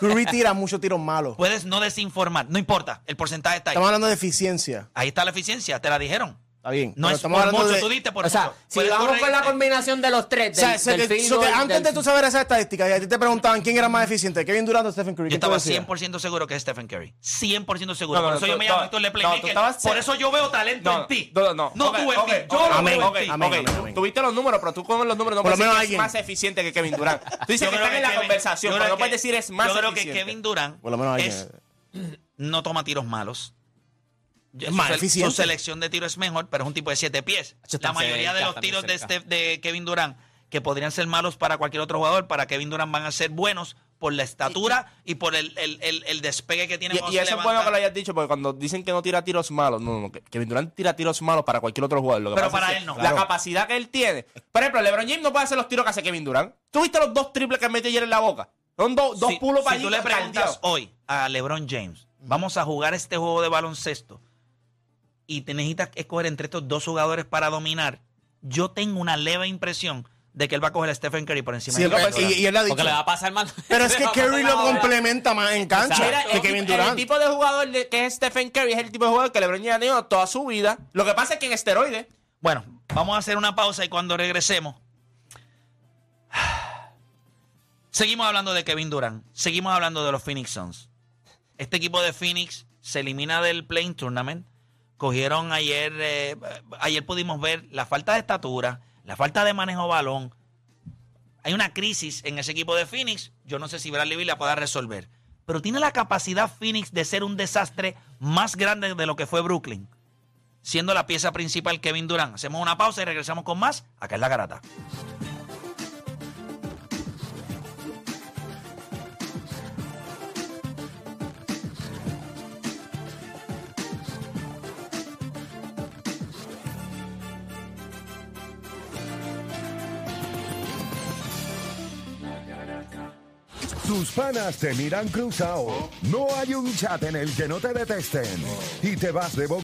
S5: Curry tira muchos tiros
S3: <laughs>
S5: malos.
S3: Puedes no desinformar, no importa, el porcentaje está ahí.
S5: Estamos hablando de eficiencia.
S3: Ahí está la eficiencia, te la dijeron.
S5: Está bien.
S3: No
S5: pero
S3: es por
S5: estamos hablando
S3: mucho,
S5: de-
S3: tú diste por
S9: o sea,
S3: mucho.
S9: si
S3: Puedes
S9: vamos con la
S3: corregirte.
S9: combinación de los
S5: O
S9: tres, del,
S5: sea, eso
S9: del
S5: que-
S9: field
S5: eso que
S9: goal,
S5: antes
S9: del-
S5: de tú saber esas estadísticas, y a ti te preguntaban quién era más eficiente, Kevin Durant o Stephen Curry.
S3: Yo
S5: ¿Quién te
S3: estaba
S5: decía?
S3: 100% seguro que es Stephen Curry. 100% seguro.
S6: No, no,
S3: por
S6: tú-
S3: eso yo me llamo
S6: no,
S3: Héctor Le
S6: no, tú
S3: Playmaker.
S6: estabas-
S3: por eso yo veo talento
S6: No,
S3: en ti.
S6: no, no.
S3: No
S6: Ok,
S3: tú en
S6: ok,
S3: ti. Yo lo
S6: ok,
S3: veo
S6: ok,
S3: en ti.
S5: amén,
S6: ok.
S5: amén, amén.
S6: Tuviste los números, pero tú con los números no
S5: Por lo
S6: puedes
S5: menos
S6: decir que
S5: alguien.
S6: es más eficiente que Kevin Durant. Tú
S3: Yo
S6: dices que
S3: creo
S6: están en la
S3: Kevin-
S6: conversación,
S3: yo
S6: pero
S3: creo
S6: no puedes
S3: que-
S6: decir es más
S3: Yo creo que
S6: eficiente.
S3: Kevin Durant
S5: Por lo menos alguien.
S3: es no toma tiros malos.
S5: Es más
S3: su, sele-
S5: eficiente.
S3: su selección de tiro es mejor, pero es un tipo de siete pies.
S4: Hacho,
S3: La
S4: tan
S3: mayoría de
S4: cerca,
S3: los
S4: también
S3: tiros de,
S4: cerca.
S3: Steph- de Kevin Durant, que podrían ser malos para cualquier otro jugador, para Kevin Durant van a ser buenos por la estatura y, por el, el- el- el despegue que tiene
S6: Y,
S3: cuando
S6: y eso
S3: se
S6: es
S3: levanta.
S6: bueno que lo hayas dicho, porque cuando dicen que no tira tiros malos, no, no, no, que Kevin Durant tira tiros malos para cualquier otro jugador. Lo que
S3: Pero
S6: pasa
S3: para
S6: es que
S3: él no.
S6: La
S3: Claro.
S6: capacidad que él tiene. Por ejemplo, LeBron James no puede hacer los tiros que hace Kevin Durant. ¿Tú viste los dos triples que metió ayer en la boca? Son dos dos
S3: Si-
S6: pulos para
S3: Si
S6: allí,
S3: tú le preguntas
S6: caldeado.
S3: hoy a LeBron James, vamos a jugar este juego de baloncesto y te necesitas escoger entre estos dos jugadores para dominar, yo tengo una leve impresión de que él va a coger a Stephen Curry por encima
S5: Siempre-
S3: de Kevin Durant.
S5: y, y él ha dicho.
S4: Porque le va a pasar mal.
S5: Pero es
S4: le
S3: <laughs>
S5: que
S4: <laughs> va a pasar
S5: Curry
S4: la
S5: lo
S4: bola.
S5: complementa más en cancha
S4: Mira,
S5: que
S6: el
S5: Kevin
S6: tipo- El
S5: Durant.
S6: tipo de jugador de- que es Stephen Curry es el tipo de jugador que LeBron James ha tenido toda su vida. Lo que pasa es que en esteroides.
S3: Bueno, vamos a hacer una pausa y cuando regresemos. Seguimos hablando de Kevin Durant. Seguimos hablando de los Phoenix Suns. Este equipo de Phoenix se elimina del Playing Tournament. Cogieron ayer. eh, ayer pudimos ver la falta de estatura, la falta de manejo de balón. Hay una crisis en ese equipo de Phoenix. Yo no sé si Bradley Beal la pueda resolver. Pero tiene la capacidad Phoenix de ser un desastre más grande de lo que fue Brooklyn siendo la pieza principal Kevin Durant. Hacemos una pausa y regresamos con más. Acá es la garata.
S8: Tus panas te miran cruzado. No hay un chat en el que no te detesten. Y te vas de boca.